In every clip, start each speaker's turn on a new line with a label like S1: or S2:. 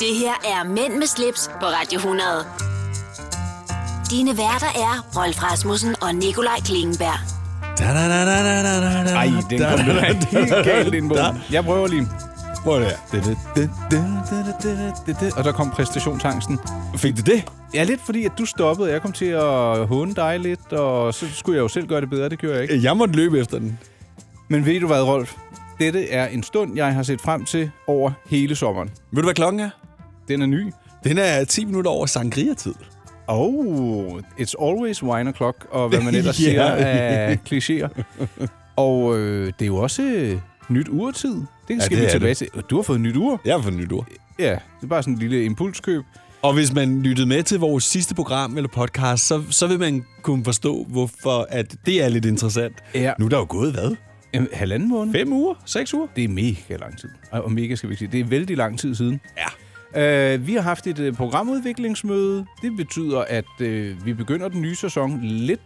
S1: Det her er Mænd med slips på Radio 100. Dine værter er Rolf Rasmussen og Nikolaj Klingenberg.
S2: Ej, den kom du helt galt ind på. Jeg prøver lige.
S3: Prøv det her.
S2: Da, da, da, da, da, da, da, da, da. Og der kom præstationsangsten.
S3: Fik du det?
S2: Ja, lidt fordi, at du stoppede. Jeg kom til at håne dig lidt, og så skulle jeg jo selv gøre det bedre. Det gjorde jeg ikke.
S3: Jeg måtte løbe efter den.
S2: Men ved du hvad, Rolf? Dette er en stund, jeg har set frem til over hele sommeren.
S3: Ved du, hvad klokken er?
S2: Den er ny.
S3: Den er 10 minutter over sangria-tid.
S2: Oh, it's always wine o'clock, og hvad man ellers
S3: Ja.
S2: yeah. siger af klichéer. Og øh, det er jo også øh, nyt urtid. Det
S3: det
S2: skal ja, vi
S3: er
S2: tilbage
S3: det.
S2: til. Du har fået nyt ur.
S3: Jeg har fået nyt ord.
S2: Ja, det er bare sådan en lille impulskøb.
S3: Og hvis man lyttede med til vores sidste program eller podcast, så, så vil man kunne forstå, hvorfor at det er lidt interessant.
S2: Ja.
S3: Nu er der jo gået, hvad?
S2: Jamen, halvanden måned.
S3: Fem uger? Seks uger?
S2: Det er mega lang tid. Og og mega skal vi ikke sige. Det er vældig lang tid siden.
S3: Ja.
S2: Uh, vi har haft et øh, programudviklingsmøde. Det betyder, at øh, vi begynder den nye sæson lidt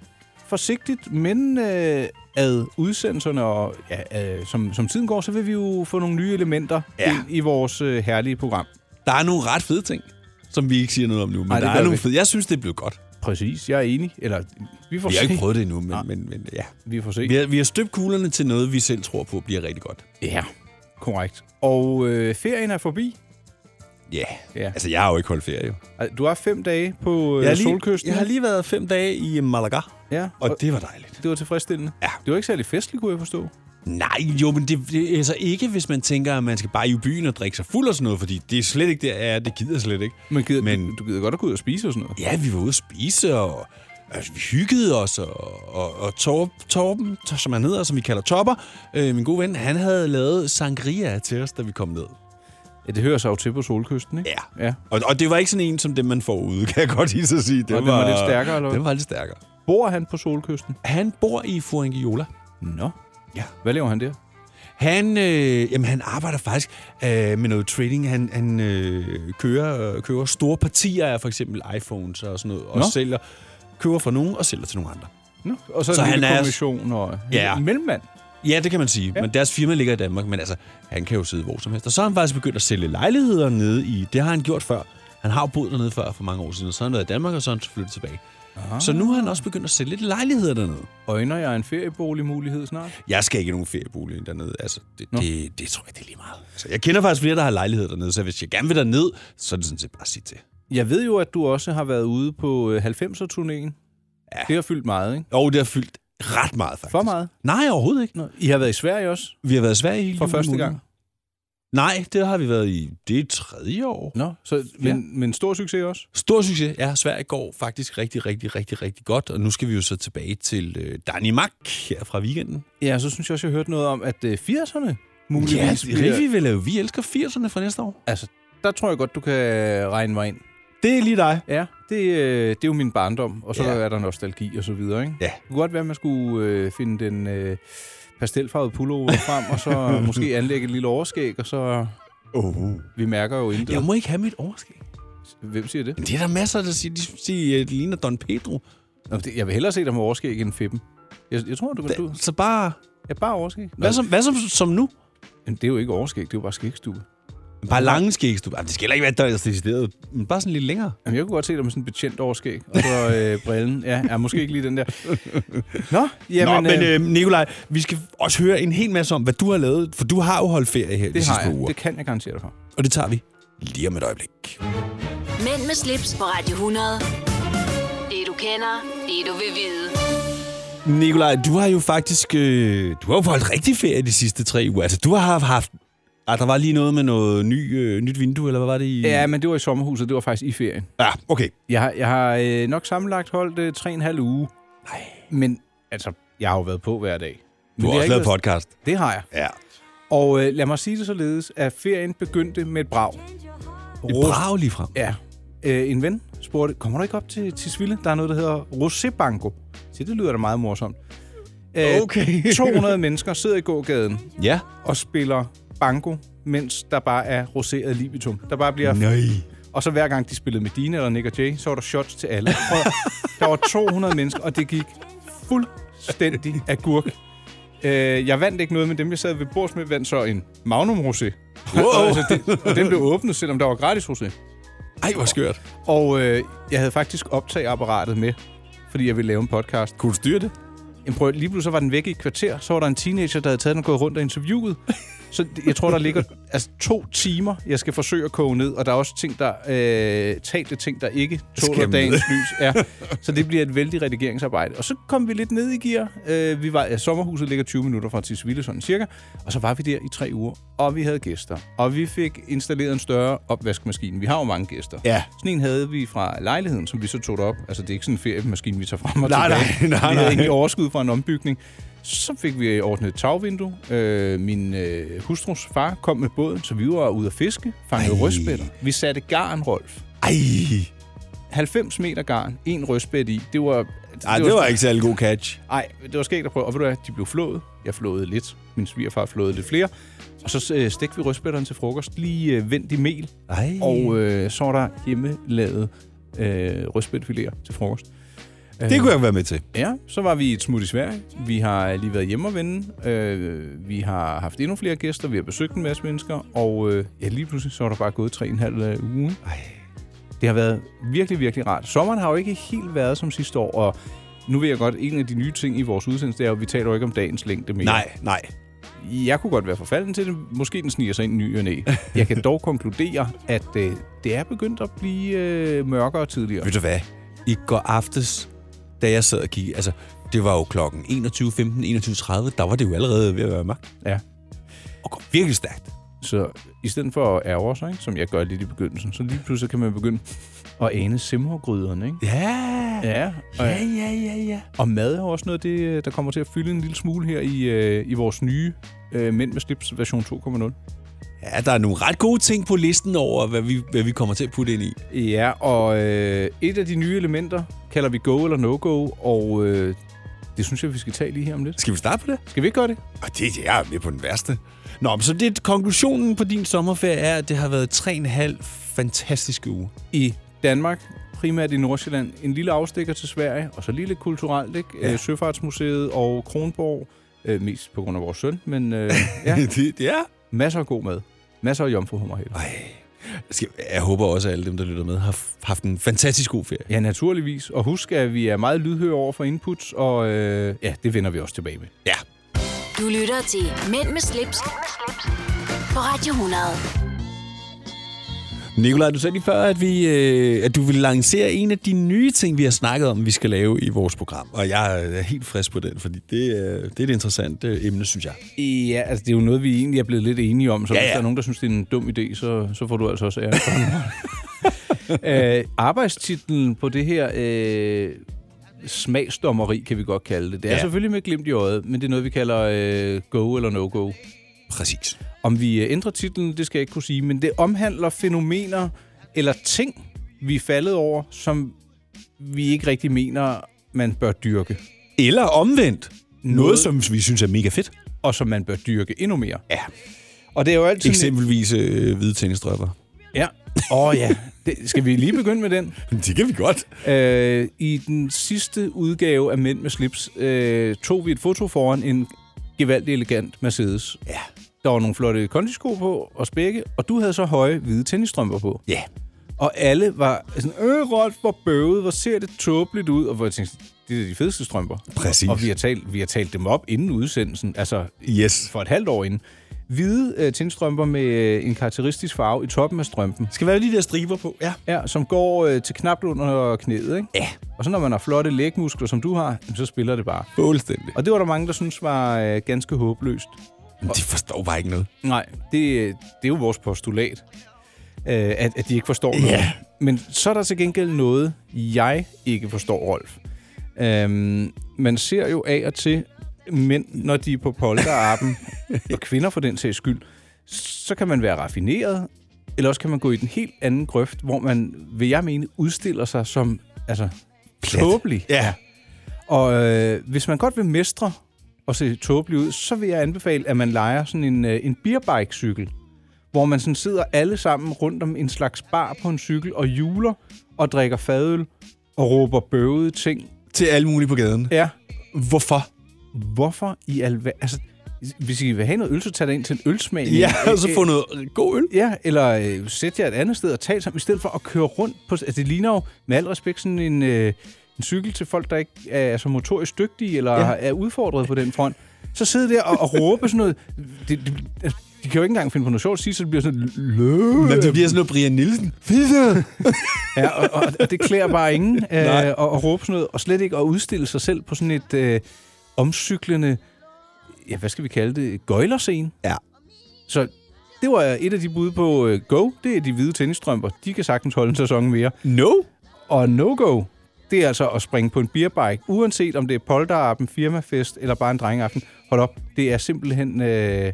S2: forsigtigt, men øh, ad udsendelserne, og ja, øh, som, som tiden går, så vil vi jo få nogle nye elementer
S3: Ja.
S2: ind i vores øh, herlige program.
S3: Der er nogle ret fede ting, som vi ikke siger noget om nu. Men
S2: Nej, det
S3: der
S2: gør
S3: er nogle
S2: vi.
S3: fede. Jeg synes, det er blevet godt.
S2: Præcis, jeg er enig. Eller, vi får
S3: Vi
S2: se.
S3: har ikke prøvet det endnu, men, men, men ja.
S2: Vi får se.
S3: Vi har, vi har støbt kuglerne til noget, vi selv tror på bliver rigtig godt.
S2: Ja, korrekt. Og øh, ferien er forbi.
S3: Ja.
S2: Ja.
S3: Altså, jeg har jo ikke holdt ferie. Jo.
S2: Altså, Du har fem dage på øh,
S3: Jeg, har lige,
S2: solkysten.
S3: jeg har lige været fem dage i Malaga,
S2: Ja,
S3: og det var dejligt.
S2: Det var tilfredsstillende.
S3: Ja.
S2: Det var ikke særlig festligt, kunne jeg forstå.
S3: Nej, jo, men det, det altså ikke, hvis man tænker, at man skal bare i byen og drikke sig fuld og sådan noget, fordi det er slet ikke der, jeg er. Det gider jeg slet ikke.
S2: Men, gider, men
S3: Men-
S2: du, du gider godt at gå ud og spise og sådan noget.
S3: Ja, vi var ude at spise, og altså, vi hyggede os, og, og, og Torb, Torben, Tor- som han hedder, som vi kalder Topper, øh, min gode ven, han havde lavet sangria til os, da vi kom ned.
S2: Ja, det hører sig jo til på solkysten, ikke?
S3: Ja.
S2: ja.
S3: Og, og det var ikke sådan en, som det man får ude, kan jeg godt lige så sige. Det
S2: den var lidt stærkere, eller hvad?
S3: Den var lidt stærkere.
S2: Bor han på solkysten?
S3: Han bor i Fuengiola.
S2: Nå.
S3: Ja.
S2: Hvad laver han der?
S3: Han, øh, jamen, han arbejder faktisk øh, med noget trading. Han, han øh, kører, øh, køber store partier af for eksempel iPhones og sådan noget, og
S2: Nå.
S3: sælger, køber fra nogen og sælger til nogle andre.
S2: Nå. Og så,
S3: Så
S2: så en lille
S3: han er-
S2: kommission og
S3: Ja.
S2: en mellemmand.
S3: Ja, det kan man sige. Ja. Men deres firma ligger i Danmark, men altså, han kan jo sidde hvor som helst. Og så har han faktisk begyndt at sælge lejligheder nede i... Det har han gjort før. Han har jo boet dernede før for mange år siden, og så har han været i Danmark, og så er han flyttet tilbage. Aha. Så nu har han også begyndt at sælge lidt lejligheder dernede.
S2: Øjner jeg en ferieboligmulighed snart?
S3: Jeg skal ikke i nogen feriebolig dernede. Altså, det, det, det, tror jeg, det er lige meget. Altså, jeg kender faktisk flere, der har lejligheder dernede, så hvis jeg gerne vil derned, så er det sådan set bare at sige til.
S2: Jeg ved jo, at du også har været ude på 90'er-turnéen. Ja. Det har fyldt meget, ikke?
S3: Og det har fyldt ret meget, faktisk.
S2: For meget?
S3: Nej, overhovedet ikke.
S2: Nå. I har været i Sverige også?
S3: Vi har været i Sverige hele
S2: For
S3: juli
S2: første
S3: måned.
S2: gang?
S3: Nej, det har vi været i... Det er tredje år.
S2: Nå. Så, men, ja. men stor succes også?
S3: Stor succes. Ja, Sverige går faktisk rigtig, rigtig, rigtig, rigtig godt. Og nu skal vi jo så tilbage til øh, Danmark her fra weekenden.
S2: Ja, så synes jeg også, jeg hørte noget om, at øh, 80'erne muligvis
S3: Ja, Riffy vil lave Vi elsker 80'erne fra næste år.
S2: Altså, der tror jeg godt, du kan regne mig ind.
S3: Det er lige dig.
S2: Ja, det, øh, det er jo min barndom, og så ja.
S3: Ja.
S2: er der nostalgi og så videre, ikke?
S3: Ja.
S2: Det kunne godt være, at man skulle øh, finde den øh, pastelfarvede pullover frem, og så måske anlægge et lille overskæg, og så...
S3: Oh.
S2: Vi mærker jo intet.
S3: Jeg må ikke have mit overskæg.
S2: Hvem siger det?
S3: Men det er der masser, der siger, de siger, at det ligner Don Pedro.
S2: Nå, det? Jeg vil hellere se dig med overskæg end fippen. Jeg, jeg tror, du kan... Du,
S3: Da, så bare...
S2: ja, bare overskæg.
S3: Hvad som, hvad som, som nu?
S2: Men det er jo ikke overskæg, det er jo bare skægstue.
S3: Bare lange skægs, du. Jamen, det skal heller ikke være døjst decideret. Men bare sådan lidt længere.
S2: Jamen, jeg kunne godt se dig med sådan en betjent overskæg, og så øh, brillen. Ja, ja, måske ikke lige den der. Nå,
S3: Jamen, Nå,
S2: jamen...
S3: men øh, Nikolaj, vi skal også høre en hel masse om, hvad du har lavet. For du har jo holdt ferie her de
S2: det har
S3: sidste par
S2: jeg.
S3: uger.
S2: Det kan jeg garantere dig for.
S3: Og det tager vi lige om et øjeblik.
S1: Mænd med slips på Radio 100. Det du kender, det du vil vide.
S3: Nikolaj, du har jo faktisk øh, du har jo holdt rigtig ferie de sidste tre uger. Altså, du har haft... haft ah, der var lige noget med noget ny, øh, nyt vindue, eller hvad var det? I?
S2: Ja, men det var i sommerhuset, det var faktisk i ferien.
S3: ja, okay.
S2: Jeg har, jeg har øh, nok sammenlagt holdt øh, tre og en halv uge. Nej. Men altså, jeg har jo været på hver dag.
S3: Du
S2: Men
S3: har
S2: det
S3: også
S2: ikke
S3: lavet
S2: været-
S3: podcast.
S2: Det har jeg.
S3: Ja.
S2: Og øh, lad mig sige det således, at ferien begyndte med et brag.
S3: Et
S2: Rus-
S3: brav lige frem.
S2: Ja. Øh, en ven spurgte, kommer du ikke op til, til Sville? Der er noget, der hedder Rosébanko. Så det lyder da meget morsomt. Øh,
S3: Okay.
S2: 200 mennesker sidder i gågaden
S3: Ja.
S2: og spiller banko, mens der bare er roseret libitum. Der bare bliver
S3: Nej.
S2: Og så hver gang de spillede Medina eller Nick og Jay, så var der shots til alle. Og der var 200 mennesker, og det gik fuldstændig agurk. Øh, jeg vandt ikke noget, men dem, jeg sad ved bords med, vandt så en Magnum Rosé.
S3: Wow.
S2: altså, den, og den blev åbnet, selvom der var gratis rosé.
S3: Ej, hvor skørt.
S2: Og øh, jeg havde faktisk optageapparatet med, fordi jeg ville lave en podcast.
S3: Kunne du styre det?
S2: Jamen, prøv, lige pludselig var den væk i et kvarter, så var der en teenager, der havde taget den og gået rundt og interviewet. Så det- jeg tror, der ligger altså, to timer, jeg skal forsøge at koge ned, og der er også ting, der, øh, talte ting, der ikke tåler
S3: Skal med.
S2: dagens lys. Ja. Så det bliver et vældig redigeringsarbejde. Og så kom vi lidt ned i gear. Øh, vi var, ja, sommerhuset ligger 20 minutter fra Tisvilde, sådan cirka. Og så var vi der i tre uger, og vi havde gæster. Og vi fik installeret en større opvaskemaskine. Vi har jo mange gæster.
S3: Ja.
S2: Sådan en havde vi fra lejligheden, som vi så tog op. Altså, det er ikke sådan en feriemaskine, vi tager frem og
S3: Nej, nej, nej,
S2: tilbage. Vi havde
S3: nej.
S2: egentlig overskud fra en ombygning. Så fik vi ordnet et tagvindue. Øh, min øh, hustrus far kom med båden, så vi var ude at fiske, fangede
S3: Ej.
S2: rødspætter. Vi satte garn, Rolf.
S3: Ej,
S2: 90 meter garn, en rødspæt i. Det var...
S3: Ej det var ikke særlig god catch.
S2: Nej, det var skægt at prøve. Og ved du hvad, de blev flået. Jeg flåede lidt. Min svigerfar flåede lidt flere. Og så øh, stegte vi rødspætterne til frokost, lige øh, vendt i mel.
S3: Ej.
S2: Og øh, så var der hjemmelavet øh, rødspætfiléer til frokost. Øh,
S3: det kunne jeg ikke være med til.
S2: Ja, så var vi et smut i Sverige. Vi har lige været hjemme og vende. Øh, vi har haft endnu flere gæster. Vi har besøgt en masse mennesker. Og øh, ja, lige pludselig så er der bare gået tre og en halv øh, uge.
S3: Ej.
S2: Det har været virkelig, virkelig rart. Sommeren har jo ikke helt været som sidste år. Og nu ved jeg godt, en af de nye ting i vores udsendelse, det er jo, at vi taler jo ikke om dagens længde mere.
S3: Nej, nej.
S2: Jeg kunne godt være forfalden til det. Måske den sniger sig ind i ny og næ. Jeg kan dog konkludere, at øh, det er begyndt at blive øh, mørkere tidligere.
S3: Ved du hvad? I går aftes, da jeg sad og kiggede, altså, det var jo klokken 21.15, 21.30, der var det jo allerede ved at være mørkt.
S2: Ja.
S3: Og går virkelig stærkt.
S2: Så i stedet for at ærge sig, ikke, som jeg gør lidt i begyndelsen, så lige pludselig kan man begynde at ane simmergryderne, ikke?
S3: Ja.
S2: Ja, og,
S3: Ja, ja, ja, ja.
S2: og mad er jo også noget af det, øh, der kommer til at fylde en lille smule her i, øh, i vores nye øh, Mænd med slips version 2.0.
S3: Ja, der er nogle ret gode ting på listen over, hvad vi, hvad vi kommer til at putte ind i.
S2: Ja, og øh, et af de nye elementer kalder vi go eller no-go, og øh, det synes jeg, vi skal tage lige her om lidt.
S3: Skal vi starte på det?
S2: Skal vi ikke gøre det?
S3: Og det, det er med på den værste. Nå, men så det, konklusionen på din sommerferie er, at det har været tre og en halv fantastiske uge.
S2: i Danmark, primært i Nordsjælland, en lille afstikker til Sverige, og så lige lidt kulturelt, ikke?
S3: Ja.
S2: Ja. Søfartsmuseet og Kronborg, øh, mest på grund af vores søn, men øh, ja,
S3: det, det er.
S2: masser af god mad. Masser af jomfruhummerhælder.
S3: Ej. Skal, jeg håber også, at alle dem, der lytter med, har f- haft en fantastisk god ferie.
S2: Ja, naturligvis. Og husk, at vi er meget lydhøre over for inputs, og øh, ja, det vender vi også tilbage med.
S3: Ja.
S1: Du lytter til Mænd med slips, på Radio 100.
S3: Nikolaj, du sagde lige før, at, vi, øh, at du ville lancere en af de nye ting, vi har snakket om, vi skal lave i vores program. Og jeg er helt frisk på den, fordi det, øh, det er et interessant øh, emne, synes jeg.
S2: Ja, altså det er jo noget, vi egentlig er blevet lidt enige om, så
S3: Ja,
S2: ja,
S3: ja.
S2: ja. hvis der er nogen, der synes, det er en dum idé, så, så får du altså også ære. øh, arbejdstitlen på det her øh, smagsdommeri, kan vi godt kalde det. Det er
S3: Ja.
S2: ja. selvfølgelig med et glimt i øjet, men det er noget, vi kalder øh, go eller no-go.
S3: Præcis.
S2: Om vi øh, ændrer titlen, det skal jeg ikke kunne sige, men det omhandler fænomener eller ting, vi er faldet over, som vi ikke rigtig mener, man bør dyrke,
S3: Eller omvendt. Noget,
S2: Noget-
S3: som vi synes er mega fedt.
S2: og som man bør dyrke endnu mere.
S3: Ja.
S2: Og det er jo altid...
S3: Eksempelvis øh, hvide tennisstrømper.
S2: Ja. Åh oh, ja. Det, skal vi lige begynde med den?
S3: Det kan vi godt.
S2: Øh, I den sidste udgave af Mænd med slips øh, tog vi et foto foran en gevaldig elegant Mercedes.
S3: Ja.
S2: Der var nogle flotte kondisko på og spække, og du havde så høje hvide tennisstrømper på.
S3: Ja.
S2: Og alle var sådan, øh Rolf, hvor bøvet, hvor ser det tåbeligt ud. Og hvor jeg tænkte, det er da de fedeste strømper.
S3: Præcis.
S2: Og vi har, talt, vi har talt dem op inden udsendelsen, altså
S3: Yes.
S2: for et halvt år inden. Hvide øh, tindstrømper med øh, en karakteristisk farve i toppen af strømpen.
S3: Skal være lige der striber på. Ja.
S2: Ja, som går øh, til knapt under knæet, ikke?
S3: Ja.
S2: Og så når man har flotte lægmuskler, som du har, jamen, så spiller det bare.
S3: Fuldstændig.
S2: Og det var der mange, der synes var øh, ganske håbløst.
S3: De forstår bare ikke noget.
S2: Nej, det, øh, det er jo vores postulat, øh, at, at de ikke forstår noget.
S3: Ja.
S2: Men så er der til gengæld noget, jeg ikke forstår, Rolf. Øhm, man ser jo af og til mænd, når de er på polterappen, og kvinder for den sags skyld, så kan man være raffineret, eller også kan man gå i den helt anden grøft, hvor man, vil jeg mene, udstiller sig som altså, tåbelig.
S3: Ja.
S2: Og øh, hvis man godt vil mestre og se tåbelig ud, så vil jeg anbefale, at man leger sådan en, øh, en beerbike-cykel, hvor man sådan sidder alle sammen rundt om en slags bar på en cykel og juler og drikker fadøl og råber bøvede ting.
S3: Til alle mulige på gaden.
S2: Ja,
S3: Hvorfor?
S2: hvorfor i alver... Altså, hvis I vil have noget øl, så tag det ind til en ølsmag.
S3: Ja, og så få noget god øl.
S2: Ja, eller øh, sæt jer et andet sted og tal sammen, i stedet for at køre rundt på... Altså, det ligner jo med al respekt sådan en, øh, en cykel til folk, der ikke er så motorisk dygtige, eller ja. er udfordret på den front. Så sidde der og, og råbe sådan noget... Det, det, altså, de kan jo ikke engang finde på noget sjovt at sige, så det bliver sådan... Lø-
S3: Men det bliver sådan noget Brian Nielsen.
S2: Ja, og, og, og det klæder bare ingen øh, at, at råbe sådan noget, og slet ikke at udstille sig selv på sådan et øh, omcyklende, ja, hvad skal vi kalde det, gøjlerscene.
S3: Ja.
S2: Så det var et af de bud på øh, go, det er de hvide tennisstrømper. De kan sagtens holde en sæson mere.
S3: No.
S2: Og no-go, det er altså at springe på en beerbike, uanset om det er polterappen, firmafest eller bare en drengeaften. Hold op, det er simpelthen... Øh,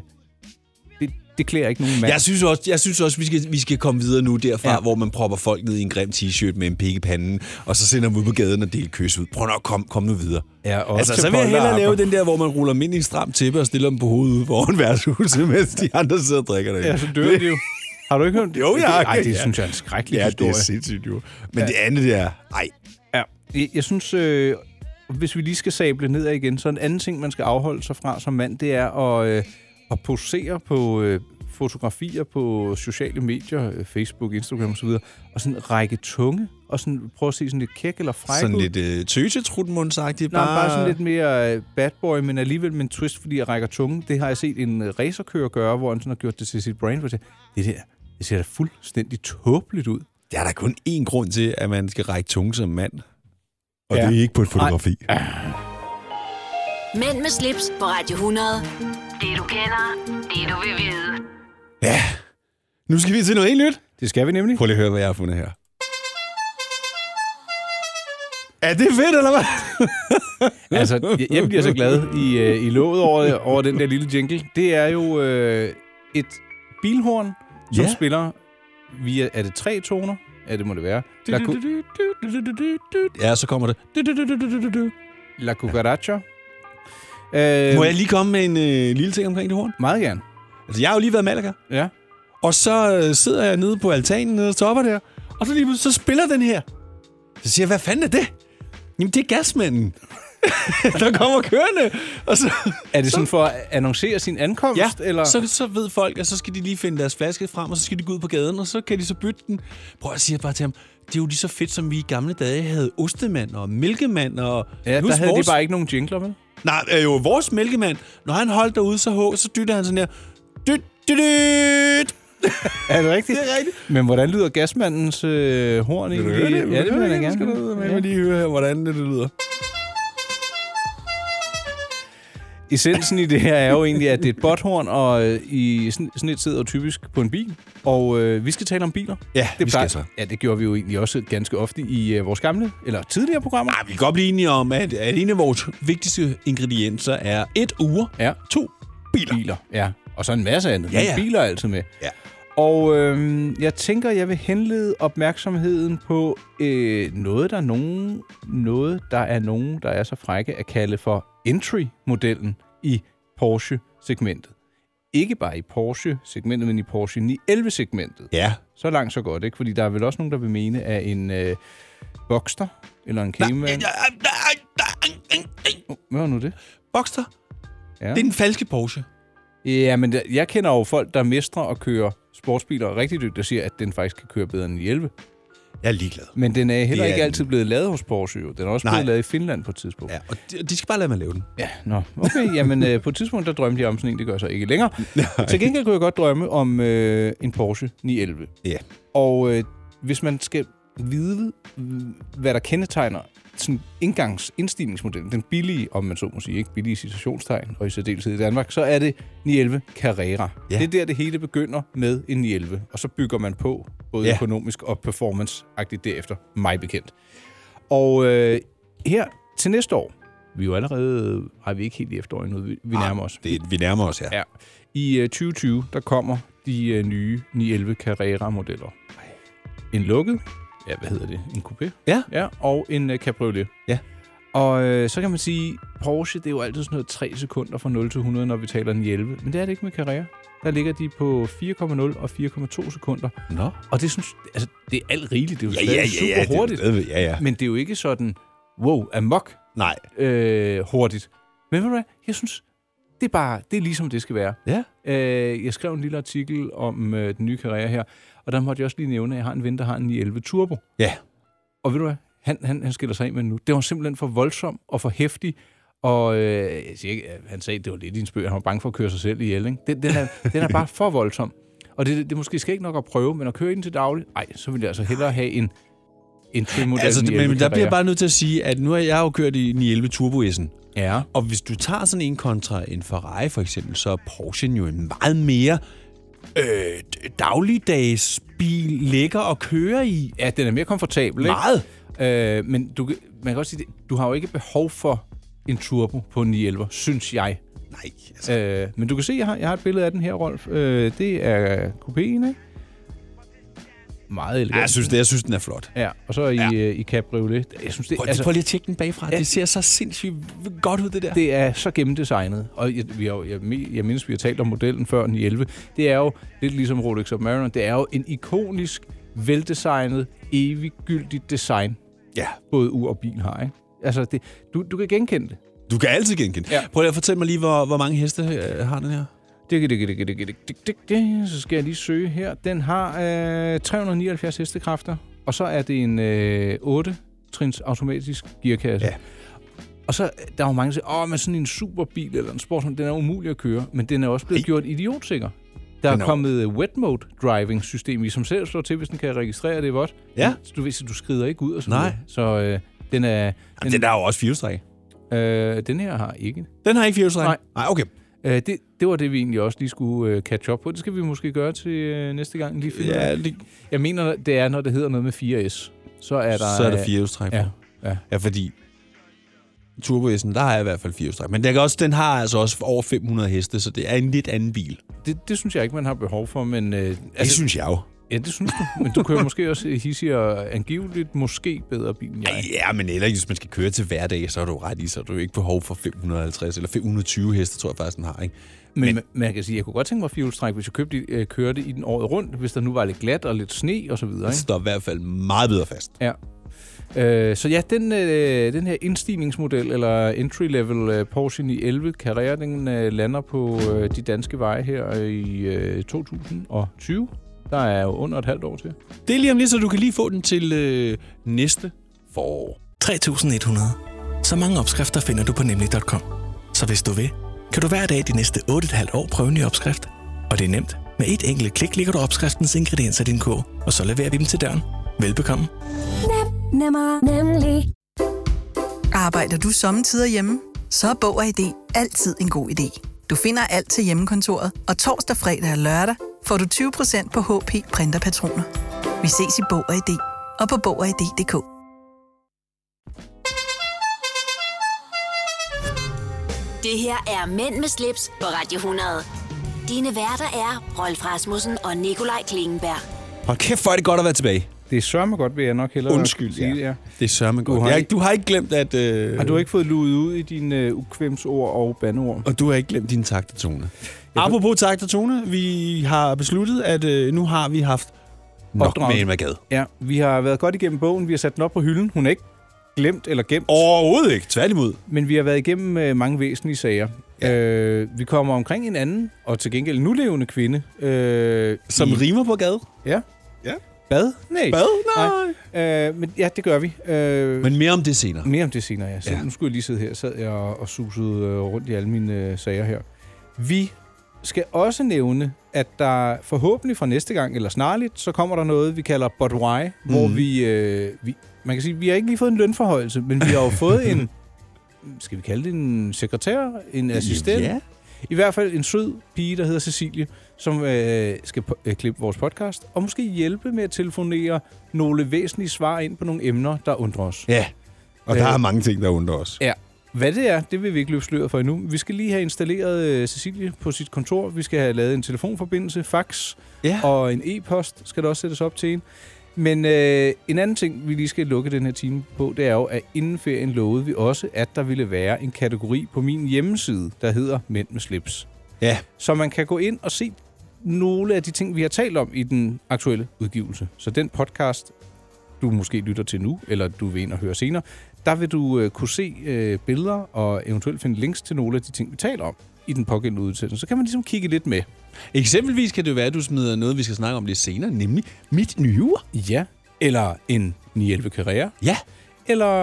S2: det, det klæder ikke nogen mand.
S3: Jeg synes også, jeg synes også vi, skal, vi skal komme videre nu derfra, ja. hvor man propper folk ned i en grim t-shirt med en pik i panden, og så sender dem ud på gaden og deler kys ud. Prøv nu at komme kom nu videre.
S2: Ja, og
S3: altså,
S2: til
S3: så vil jeg hellere
S2: polterappen.
S3: lave den der, hvor man ruller dem ind i en stram tæppe og stiller dem på hovedet ude foran værtshuset, mens de andre sidder og drikker det.
S2: Ja, så dør de jo. Har du ikke hørt
S3: Jo, jeg har
S2: Ej,
S3: hørt
S2: det
S3: det.
S2: synes jeg er en skrækkelig
S3: Ja, det
S2: historie.
S3: er sindssygt jo. Men ja. det andet der, ej,
S2: Ja, jeg, jeg synes, øh, hvis vi lige skal sable ned igen, så en anden ting, man skal afholde sig fra som mand, det er at, øh, at posere på øh, fotografier på sociale medier, øh, Facebook, Instagram osv., og sådan række tunge, og sådan prøve at se sådan lidt kæk eller fræk
S3: sådan
S2: ud.
S3: lidt øh, tøsetrutenmundsagtigt.
S2: Nej, bare sådan lidt mere øh, bad boy, men alligevel med en twist, fordi jeg rækker tunge. Det har jeg set en øh, racerkører gøre, hvor han sådan har gjort det til sit brand. Hvor jeg siger, det der, det ser da fuldstændig tåbeligt ud.
S3: Der er der kun én grund til, at man skal række tunge som mand. Og
S2: Ja.
S3: ja. det er ikke på et fotografi. Ej.
S1: Mænd med slips på Radio 100. Det du kender, det du vil vide.
S3: Ja. Nu skal vi til noget helt nyt.
S2: Det skal vi nemlig.
S3: Prøv lige at høre, hvad jeg har fundet her. Er det fedt, eller hvad?
S2: Altså, jeg, jeg bliver så glad i, øh, i låget over, over den der lille jingle. Det er jo øh, et bilhorn, som
S3: Ja.
S2: spiller via... Er det tre toner? Ja, det må det være. La, cu,
S3: Ja, så kommer det.
S2: la cucaracha. Øh,
S3: Må jeg lige komme med en øh, lille ting omkring det horn?
S2: Meget gerne.
S3: Altså, jeg har jo lige været i Malaga,
S2: Ja.
S3: og så øh, sidder jeg nede på altanen nede og topper der, og så lige pludselig, så spiller den her. Så siger jeg, hvad fanden er det? Jamen, det er gasmanden, der kommer kørende. Og så,
S2: Er det sådan for at annoncere sin ankomst?
S3: Ja,
S2: eller?
S3: eller... så, så ved folk, at så skal de lige finde deres flaske frem, og så skal de gå ud på gaden, og så kan de så bytte den. Prøv at sige bare til ham, det er jo lige så fedt, som vi i gamle dage havde ostemand og mælkemand. Og
S2: ja, der
S3: Husk
S2: havde
S3: vores...
S2: de bare ikke nogen jingler, vel?
S3: Nej, øh, jo, vores mælkemand, når han holdt derude så hårdt, så dyttede han sådan her. Dyt, dyt, dyt.
S2: Er det rigtigt?
S3: Det er rigtigt.
S2: Men hvordan lyder gasmandens øh, horn egentlig? Ja, det vil jeg da gerne.
S3: Jeg vil lige høre, her, hvordan det lyder.
S2: essensen i det her er jo egentlig, at det er et botthorn, og øh, i sådan, sådan et sidder typisk på en bil. Og øh, vi skal tale om biler.
S3: Ja,
S2: det
S3: vi skal
S2: plejer-
S3: så.
S2: Ja, det gjorde vi jo egentlig også ganske ofte i øh, vores gamle, eller tidligere programmer.
S3: Ej, vi kan godt blive enige om, at, at en af vores vigtigste ingredienser er et uger,
S2: Ja,
S3: to biler.
S2: biler. Ja, og så en masse andet.
S3: Ja,
S2: Men
S3: ja.
S2: Biler er altid med.
S3: Ja.
S2: Og øh, jeg tænker, jeg vil henlede opmærksomheden på øh, noget, der er nogen, noget, der er nogen, der er så frække at kalde for entry-modellen i Porsche-segmentet. Ikke bare i Porsche-segmentet, men i Porsche 911-segmentet.
S3: Ja,
S2: Så langt, så godt, ikke? Fordi der er vel også nogen, der vil mene, at en øh, Boxster eller en Cayman... Hvad var nu det?
S3: Boxster.
S2: Ja.
S3: Det er den falske Porsche.
S2: Ja, men der- jeg kender jo folk, der mestrer at køre sportsbiler og rigtig dygtigt, der siger, at den faktisk kan køre bedre end en 11.
S3: Jeg er ligeglad.
S2: Men den er heller
S3: Det er
S2: ikke
S3: den.
S2: altid blevet lavet hos Porsche, jo. Den er også
S3: Nej.
S2: blevet lavet i Finland på et tidspunkt.
S3: Ja, og de, de skal bare lade mig lave den.
S2: ja nå. Okay, jamen øh, på et tidspunkt, der drømte jeg om sådan en, det gør jeg så ikke længere. Til gengæld kunne jeg godt drømme om øh, en Porsche 911.
S3: Ja.
S2: Og øh, hvis man skal vide, mm, hvad der kendetegner sådan indgangs indstigningsmodellen, den billige, om man så må sige, ikke billige citationstegn, og i særdeleshed i Danmark, så er det 911 Carrera.
S3: Ja.
S2: Det er der, det hele begynder med en 911, og så bygger man på, både
S3: Ja.
S2: økonomisk og performance-agtigt derefter, mig bekendt. Og øh, her til næste år, vi er jo allerede, ej, vi er ikke helt i efteråret nu, vi, vi nærmer os.
S3: Ah, Det, vi nærmer os, ja.
S2: Ja. I øh, 2020, der kommer de øh, nye 911 Carrera-modeller. En lukket, ja, hvad hedder det? En coupé?
S3: Ja.
S2: ja og en øh, cabriolet.
S3: Ja.
S2: Og øh, så kan man sige, Porsche, det er jo altid sådan noget 3 sekunder fra 0 til 100, når vi taler 911. Men det er det ikke med Carrera. Der ligger de på 4,0 og 4,2 sekunder.
S3: Nå.
S2: Og det synes, altså, det er alt rigeligt. Det er jo
S3: Ja,
S2: stadig
S3: ja, ja. ja,
S2: super hurtigt.
S3: Det, ved jeg, ja, ja.
S2: Men det er jo ikke sådan, wow, amok
S3: Nej.
S2: øh, hurtigt. Men ved du hvad? Jeg synes, det er bare, det er ligesom det skal være.
S3: Ja.
S2: Øh, jeg skrev en lille artikel om øh, den nye karriere her, og der måtte jeg også lige nævne, at jeg har en ven, der har en 911 Turbo.
S3: Ja.
S2: Og ved du hvad? Han, han, han skiller sig af med den nu. Det var simpelthen for voldsom og for hæftig. Og øh, jeg siger ikke, at han sagde, at det var lidt i en spøg. Han var bange for at køre sig selv ihjel. Ikke? Den, den, er, den er bare for voldsom. Og det, det er måske skal ikke nok at prøve, men at køre i den til daglig, nej, så vil jeg altså hellere have en, en trimodel.
S3: Altså, det,
S2: 911
S3: men der bliver jeg
S2: Carrera.
S3: bare nødt til at sige, at nu har jeg jo kørt i 911 Turbo S'en.
S2: Ja.
S3: Og hvis du tager sådan en kontra en Ferrari for eksempel, så er Porsche jo en meget mere øh, d- dagligdags bil, lækker at køre i.
S2: ja, den er mere komfortabel. Ikke?
S3: Meget.
S2: Øh, men du, kan- man kan også sige, det, du har jo ikke behov for en turbo på en 911, synes jeg.
S3: Nej, altså.
S2: Øh, men du kan se, jeg har, jeg har et billede af den her, Rolf. Øh, det er kupéen, ikke? Meget elegant.
S3: Jeg synes, det, jeg synes, den er flot.
S2: Ja, og så i, ja. øh, i cabriolet. Jeg synes, det,
S3: Prøv, altså,
S2: altså,
S3: prøv lige at tjekke den bagfra. Det ser så sindssygt godt ud, det der.
S2: det er så gennemdesignet. Og jeg, vi har, jo- jeg, me- jeg mindes, vi har talt om modellen før, den i 11. Det er jo, lidt ligesom Rolex Submariner, det er jo en ikonisk, veldesignet, eviggyldigt design,
S3: Ja.
S2: både ur og bil har, ikke? Altså, det, du, du kan genkende det.
S3: Du kan altid genkende.
S2: Ja.
S3: Ja. Prøv lige at fortælle mig lige, hvor, hvor mange heste øh, har den her?
S2: Dig, dig, dig, dig, dig, dig, dig, dig, dig. Så skal jeg lige søge her. Den har øh, 379 hestekræfter, og så er det en øh, 8-trins automatisk gearkasse.
S3: Ja.
S2: Og så, øh, der er jo mange, der siger, åh, men sådan en superbil eller en sportsvogn, den er umulig at køre, men den er også blevet
S3: Ej.
S2: gjort idiotsikker. Der er
S3: Den er-
S2: kommet øh, wet mode driving system, i som selv slår til, hvis den kan registrere det vådt.
S3: Ja.
S2: Så Du, ved, så du skrider ikke ud og sådan
S3: Nej.
S2: noget. Så øh, den er...
S3: Jamen, den, der er jo også firehjulstræk.
S2: øh, den her har ikke
S3: Den har ikke firehjulstræk?
S2: Nej.
S3: Nej, okay.
S2: Øh, det, det var det, vi egentlig også lige skulle øh, catch up på. Det skal vi måske gøre til øh, næste gang. Lige finde ud af.
S3: Ja, det,
S2: Jeg mener, det er, når det hedder noget med 4S. Så er der...
S3: så er der
S2: øh,
S3: firehjulstræk.
S2: Ja,
S3: på.
S2: ja.
S3: ja, fordi Turbo S'en, der har jeg i hvert fald firehjulstræk. Men den, kan også, den har altså også over 500 heste, så det er en lidt anden bil. Det
S2: Det, det synes jeg ikke, man har behov for, men... Øh, altså,
S3: synes jeg jo.
S2: ja, det synes du. Men du kører måske også hissig og angiveligt måske bedre bil end jeg.
S3: Ja, men heller ikke, hvis man skal køre til hverdag, så er du ret i, så er du ikke behov for 550 eller 520 heste, tror jeg faktisk, den har. Ikke?
S2: Men, men man kan sige, jeg kunne godt tænke mig fjolstræk, hvis jeg købte, i- øh, kørte i den året rundt, hvis der nu var lidt glat og lidt sne og så videre.
S3: Den
S2: Ikke?
S3: står i hvert fald meget bedre fast.
S2: Ja. Øh, så ja, den, øh, den her indstigningsmodel, eller entry-level øh, Porsche 911 Carrera, den øh, lander på øh, de danske veje her øh, i øh, 2020. Der er jo under et halvt år til.
S3: Det er lige om lidt, så du kan lige få den til øh, næste forår.
S4: 3100. Så mange opskrifter finder du på nemlig.com. Så hvis du vil, kan du hver dag de næste 8,5 år prøve en ny opskrift. Og det er nemt. Med et enkelt klik ligger du opskriftens ingredienser i din kog, og så leverer vi dem til døren. Velbekomme.
S5: Nemmer, nemlig.
S6: Arbejder du sommetider hjemme? Så er Bog og ID altid en god idé. Du finder alt til hjemmekontoret, og torsdag, fredag og lørdag får du 20% på HP Printerpatroner. Vi ses i Bog og ID og på Bog og ID.dk.
S1: Det her er Mænd med slips på Radio 100. Dine værter er Rolf Rasmussen og Nikolaj Klingenberg.
S3: Hold kæft, hvor er det godt at være tilbage.
S2: Det er sørme godt, vil jeg nok hellere sige.
S3: ja.
S2: det, Ja.
S3: Det er sørme godt.
S2: Du har
S3: Jeg,
S2: ikke-
S3: du har ikke glemt, at... Øh,
S2: Har du ikke fået luet ud i dine øh, ukvemsord og bandeord?
S3: Og du har ikke glemt din takt og tone. Apropos takt og tone, vi har besluttet, at øh, nu har vi haft nok
S2: Opdraget.
S3: med en magad.
S2: Ja, vi har været godt igennem bogen. Vi har sat den op på hylden. Hun er ikke glemt eller gemt.
S3: Overhovedet ikke, tværtimod.
S2: Men vi har været igennem øh, mange væsentlige sager. Ja. Øh, vi kommer omkring en anden, og til gengæld nulevende kvinde. Øh,
S3: Som
S2: i-
S3: rimer på gade.
S2: Ja.
S3: Ja.
S2: Bad? Nej.
S3: Bad?
S2: Nej. Øh, men ja, det gør vi. Øh, men...
S3: Men mere om det senere.
S2: Mere om det senere, ja. Så ja.
S3: Ja.
S2: Nu skulle jeg lige sidde her. Sad jeg og, og susede øh, rundt i alle mine øh, sager her. Vi skal også nævne, at der forhåbentlig fra næste gang, eller snarligt, så kommer der noget, vi kalder But Why, mm. hvor vi, øh, vi... Man kan sige, vi har ikke lige fået en lønforhøjelse, men vi har jo fået en... Skal vi kalde det en sekretær? En assistent?
S3: Ja.
S2: I hvert fald en sød pige, der hedder Cecilie, som øh, skal po- øh, klippe vores podcast, og måske hjælpe med at telefonere nogle væsentlige svar ind på nogle emner, der undrer os.
S3: ja. Og
S2: Øh.
S3: der er mange ting, der undrer os.
S2: Ja. Hvad det er, det vil vi ikke løbe sløret for endnu. Vi skal lige have installeret øh, Cecilie på sit kontor. Vi skal have lavet en telefonforbindelse, fax
S3: Ja.
S2: og en e-post skal der også sættes op til en. Men øh, en anden ting, vi lige skal lukke den her time på, det er jo, at inden ferien lovede vi også, at der ville være en kategori på min hjemmeside, der hedder Mænd med slips.
S3: Ja.
S2: Så man kan gå ind og se nogle af de ting, vi har talt om i den aktuelle udgivelse. Så den podcast du måske lytter til nu, eller du vil ind og høre senere, der vil du øh, kunne se øh, billeder og eventuelt finde links til nogle af de ting, vi taler om i den pågældende udsendelse. Så kan man ligesom kigge lidt med.
S3: Eksempelvis kan det jo være, at du smider noget, vi skal snakke om lidt senere, nemlig mit nye ur.
S2: Ja. Eller en 911 Carrera,
S3: Ja.
S2: eller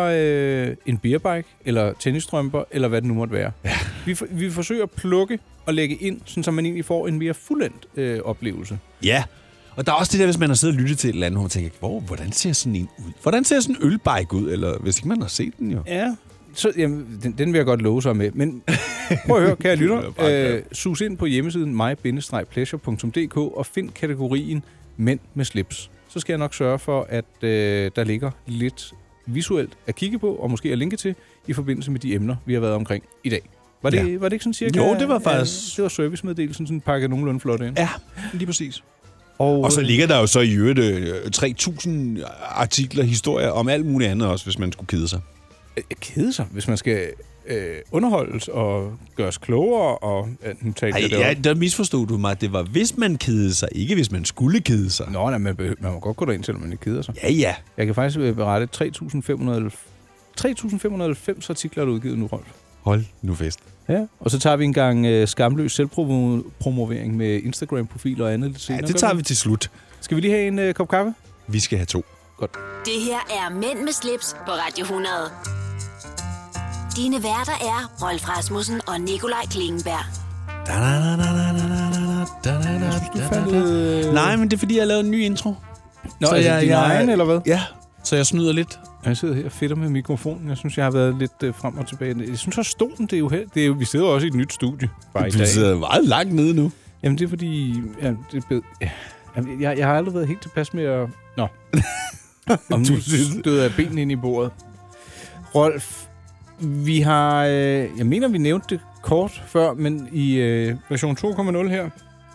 S2: øh, en beerbike, eller tennisstrømper, eller hvad det nu måtte være. Ja. Vi, for, vi forsøger at plukke og lægge ind, sådan, så man egentlig får en mere fuldendt øh, oplevelse.
S3: Ja. Og der er også det der, hvis man har siddet og lyttet til et eller andet, hvor man tænker, hvor, hvordan ser sådan en ud? Hvordan ser sådan en ølbike ud? Eller hvis ikke man har set den jo.
S2: Ja. Så, jamen, den, den vil jeg godt love sig med. Men prøv at høre, kære
S3: Det
S2: lytter.
S3: er bare
S2: Øh, sus ind på hjemmesiden my-pleasure.dk og find kategorien Mænd med slips. Så skal jeg nok sørge for, at øh, der ligger lidt visuelt at kigge på, og måske at linke til, i forbindelse med de emner, vi har været omkring i dag. Var det, ja. var det ikke sådan cirka?
S3: Jo, det var faktisk-
S2: Ja, det var servicemeddelelsen, sådan pakket nogenlunde flot ind.
S3: Ja, lige præcis.
S2: Og,
S3: Og så ligger der jo så i øvrigt øh, 3.000 artikler, historier om alt muligt andet også, hvis man skulle kede sig.
S2: øh, kede sig, hvis man skal øh, underholdes og gøres klogere. Og, øh, nu talte
S3: Ej,
S2: jeg det
S3: ja, der misforstod du mig. Det var, hvis man kede sig, ikke hvis man skulle kede sig.
S2: Nå, nej, man, behøver, man må godt gå derind, selvom man ikke keder sig.
S3: Ja, ja.
S2: Jeg kan faktisk øh, berette 3.590 artikler, der er udgivet nu, Rolf.
S3: Hold nu fest.
S2: Ja. Og så tager vi en gang øh, skamløs selvpromovering med Instagram-profiler og andet lidt
S3: Ja,
S2: senere.
S3: det
S2: gør
S3: tager vi til slut.
S2: Skal vi lige have en øh, kop kaffe?
S3: Vi skal have to.
S1: Det her er Mænd med slips på Radio 100. Dine værter er Rolf Rasmussen og Nikolaj Klingenberg.
S3: Nej, men det er, fordi jeg har lavet en ny intro.
S2: Nå, så altså, jeg, din jeg, egen, eller hvad?
S3: Ja, så jeg snyder lidt.
S2: Jeg sidder her og fedter med mikrofonen. Jeg synes, jeg har været lidt øh, frem og tilbage. Jeg synes også, stolen, det er jo her. Det er jo, vi sidder jo også i et nyt studie. Bare i
S3: Vi
S2: dag.
S3: sidder meget langt nede nu.
S2: Jamen, det er fordi... Ja, det er bed... ja. Jamen, jeg, jeg har aldrig været helt tilpas med at... Nå. Om du
S3: synes-
S2: støder jeg benene ind i bordet. Rolf, vi har... Øh, jeg mener, vi nævnte det kort før, men i øh, version 2.0 her...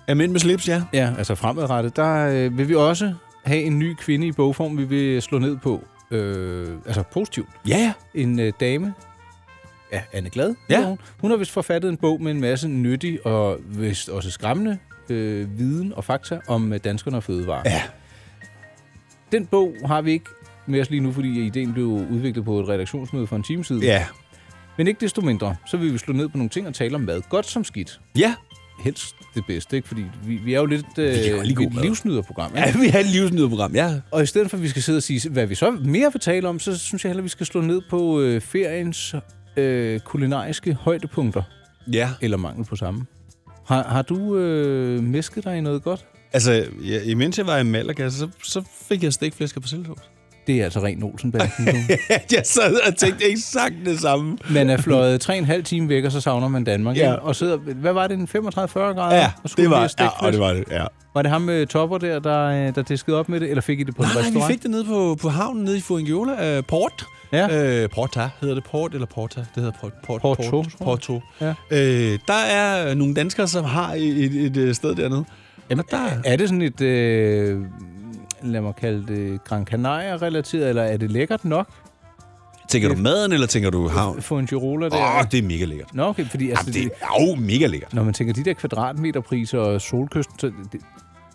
S3: Er mænd med slips, ja?
S2: Ja, altså fremadrettet, der øh, vil vi også have en ny kvinde i bogform, vi vil slå ned på. Øh, altså positivt.
S3: Ja, ja.
S2: En øh, dame, ja, Anne Glad,
S3: Ja.
S2: hedder hun. hun har vist forfattet en bog med en masse nyttig og vist også skræmmende øh, viden og fakta om øh, danskerne og fødevarer.
S3: Ja.
S2: Den bog har vi ikke med os lige nu, fordi ideen blev udviklet på et redaktionsmøde for en time siden.
S3: Ja.
S2: Men ikke desto mindre, så vil vi slå ned på nogle ting og tale om mad. Godt som skidt.
S3: Ja.
S2: Helst det bedste, ikke? Fordi vi, vi er jo lidt øh,
S3: laver lige god
S2: et
S3: mad.
S2: livsnyderprogram.
S3: Ja, vi har et livsnydeprogram, ja.
S2: Og i stedet for, at vi skal sidde og sige, hvad vi så mere vil tale om, så synes jeg heller, at vi skal slå ned på øh, feriens øh, kulinariske højdepunkter,
S3: Ja.
S2: eller mangel på samme. Har, har du øh, misket dig i noget godt?
S3: Altså, ja, imens jeg var i Malaga, så, så fik jeg stikflæsker på sildesovs.
S2: Det er altså ren olsen
S3: jeg sad og tænkte eksakt det samme.
S2: Man er fløjet 3,5 time væk, og så savner man Danmark.
S3: Ja.
S2: Ja. Og sidder, hvad var det, en 35-40 grader?
S3: Ja,
S2: og
S3: det
S2: skulle lige have
S3: var,
S2: stegt
S3: ja, og det
S2: flæsk?
S3: var det, ja.
S2: Var det ham med topper der, der, øh, der diskede op med det, eller fik I det på en
S3: Nej, nej,
S2: restaurant?
S3: vi fik det nede på, på havnen nede i Fuengirola. Øh, port.
S2: Ja.
S3: Øh, Porta hedder det. Port eller Porta? Det hedder Port. port
S2: Porto, tror
S3: Port,
S2: jeg.
S3: Porto.
S2: Ja.
S3: Øh, der er nogle danskere, som har et, et, et øh, sted dernede.
S2: Jamen,
S3: der er-
S2: er det sådan et, øh, lad mig kalde det, Gran Canaria-relateret, eller er det lækkert nok?
S3: Tænker du maden, eller tænker du havn?
S2: Få en girola der?
S3: Åh, oh, det er mega lækkert.
S2: Nå, okay, fordi altså,
S3: Jamen, det
S2: det,
S3: er jo mega lækkert.
S2: når man tænker de der kvadratmeterpriser og solkysten, så det,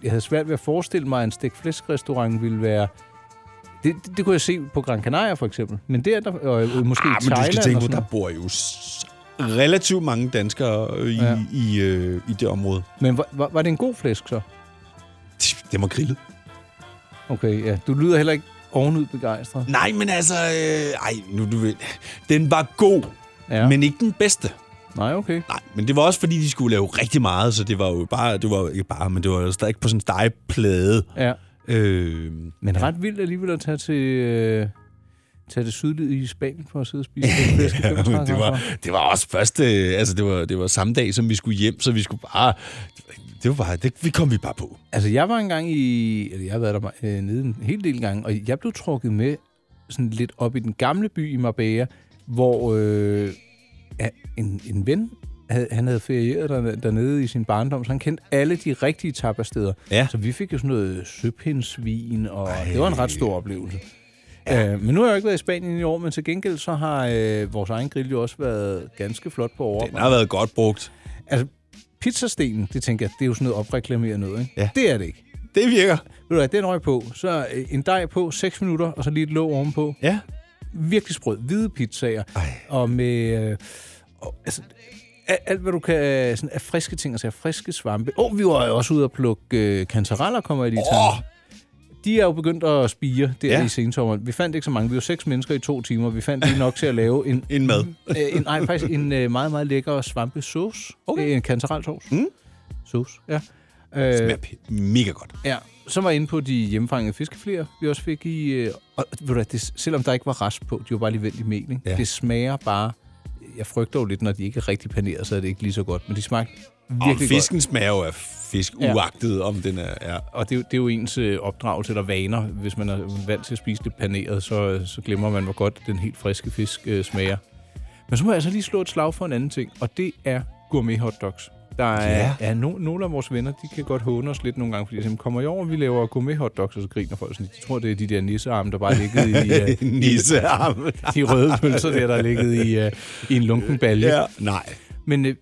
S2: jeg havde svært ved at forestille mig, at en stikflæskrestaurant ville være... Det, det, det kunne jeg se på Gran Canaria, for eksempel. Men der, der og, øh, måske
S3: Ah,
S2: i
S3: men du
S2: Thailand
S3: skal tænke
S2: og
S3: på,
S2: sådan
S3: der bor jo s- relativt mange danskere øh, i, ja.
S2: Ja.
S3: i, øh, i det område.
S2: noget. Men var, var, var det en god flæsk, så?
S3: Det var grillet.
S2: Okay, ja. Du lyder heller ikke ovenud begejstret.
S3: Nej, men altså... Øh, ej, nu du ved... Den var god,
S2: Ja.
S3: men ikke den bedste.
S2: Nej, okay.
S3: Nej, men det var også fordi, de skulle lave rigtig meget, så det var jo bare, det var jo ikke bare, men det var jo stadig på sådan en stegeplade.
S2: Ja.
S3: Øh,
S2: Men ja. ret vildt alligevel at tage til... Øh, tage det sydlige i Spanien for at sidde og spise flæsk.
S3: ja, men det, var, det var også første, øh, altså det var, det var samme dag, som vi skulle hjem, så vi skulle bare, det var bare, det, vi kom vi bare på.
S2: Altså, jeg var engang i... Eller jeg har været der øh, nede en hel del gange, og jeg blev trukket med sådan lidt op i den gamle by i Marbella, hvor øh, ja, en, en ven, havde, han havde ferieret der, dernede i sin barndom, så han kendte alle de rigtige tapasteder.
S3: Ja.
S2: Så vi fik jo sådan noget søpindsvin, og Ej. det var en ret stor oplevelse. Ja. Øh, men nu har jeg jo ikke været i Spanien i år, men til gengæld så har øh, vores egen grill jo også været ganske flot på
S3: Den
S2: overarbejde.
S3: har været godt brugt.
S2: Altså, pizzastenen, det tænker jeg, det er jo sådan noget opreklameret noget, ikke?
S3: Ja.
S2: Det er det ikke.
S3: Det virker.
S2: Ved du hvad, den røg på. Så øh, en dej på, 6 minutter, og så lige et låg ovenpå.
S3: Ja.
S2: Virkelig sprød. Hvide pizzaer. Og med... Øh, og, altså, a- alt, hvad du kan øh, sådan, af friske ting, altså af friske svampe. Åh, oh, vi var jo også ude og plukke øh, kantareller, kommer jeg lige til.
S3: Åh!
S2: De er jo begyndt at spire der
S3: Ja.
S2: ja. i sensommeren. Vi fandt ikke så mange. Vi var seks mennesker i to timer. Vi fandt lige nok til at lave en...
S3: En mad.
S2: øh, en, nej, faktisk en øh, meget, meget lækker svampesauce.
S3: Okay.
S2: Det er en kantarelsauce. Mm. Sauce, ja. Øh,
S3: Smager p- mega godt.
S2: Ja, som var inde på de hjemmefangede fiskefléer, vi også fik i... Øh, og ved du hvad, det, selvom der ikke var rest på, de var bare lige vendt i mel, ikke?
S3: Ja.
S2: Det smager bare... Jeg frygter jo lidt, når de ikke er rigtig paneret, så er det ikke lige så godt. Men de smagte
S3: Og
S2: virkelig godt.
S3: fisken smager jo af fisk,
S2: Ja.
S3: uagtet om den er... Ja.
S2: Og det, er jo- det er jo ens øh, opdragelse eller vaner. Hvis man er vant til at spise det paneret, så, øh, så glemmer man, hvor godt den helt friske fisk øh, smager. Men så må jeg altså lige slå et slag for en anden ting, og det er gourmet hotdogs. Der er,
S3: Ja.
S2: ja. er no, nogle af vores venner, de kan godt håne os lidt nogle gange, fordi de siger, kommer I over, vi laver gourmet hotdogs, og så griner folk sådan, de tror, det er de der nissearme, der bare ligget i øh,
S3: Nissearm.
S2: de røde pølser der, der er ligget i, øh, i en lunken balje.
S3: ja. Nej.
S2: Men øh,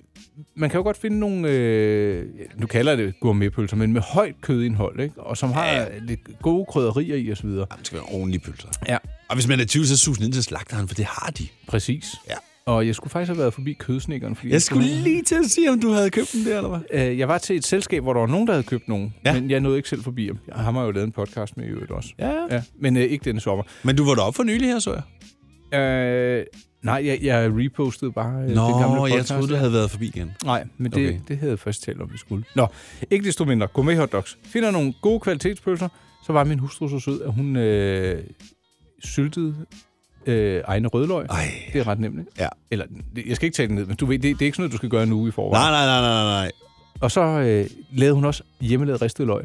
S2: man kan jo godt finde nogle, øh, nu kalder jeg det gourmetpølser, men med højt kødindhold, ikke? og som har
S3: Ja.
S2: ja. lidt gode krydderier i osv.
S3: Jamen, det skal være ordentlige pølser.
S2: Ja,
S3: Og hvis man er 20, så susen ind til slagteren, for det har de.
S2: præcis.
S3: Ja.
S2: Og jeg skulle faktisk have været forbi kødsnikkeren. Fordi
S3: Jeg skulle lige til at sige, om du havde købt den der, eller hvad?
S2: Øh, jeg var til et selskab, hvor der var nogen, der havde købt nogen,
S3: Ja.
S2: ja. men jeg nåede ikke selv forbi ham. Jeg har jo lavet en podcast med i øvrigt også.
S3: Ja.
S2: Ja, men øh, ikke denne sommer.
S3: Men du var deroppe for nylig her, så jeg.
S2: Øh, nej, jeg, jeg repostede bare øh, den gamle podcast. ja.
S3: havde været forbi igen.
S2: Nej, men det,
S3: Okay.
S2: okay. det havde jeg først talt om, vi skulle. Nå, ikke desto mindre. Gå med hotdogs. Finder nogle gode kvalitetspølser. Så var min hustru så sød, at hun øh, syltede øh, egne rødløg.
S3: Ej.
S2: Det er ret nemt, ikke?
S3: Ja.
S2: Eller, det- jeg skal ikke tage det ned, men du ved, det, det er ikke sådan noget, du skal gøre nu i forvejen.
S3: Nej, nej, nej, nej, nej, nej.
S2: Og så øh, lavede hun også hjemmelavet ristet løg.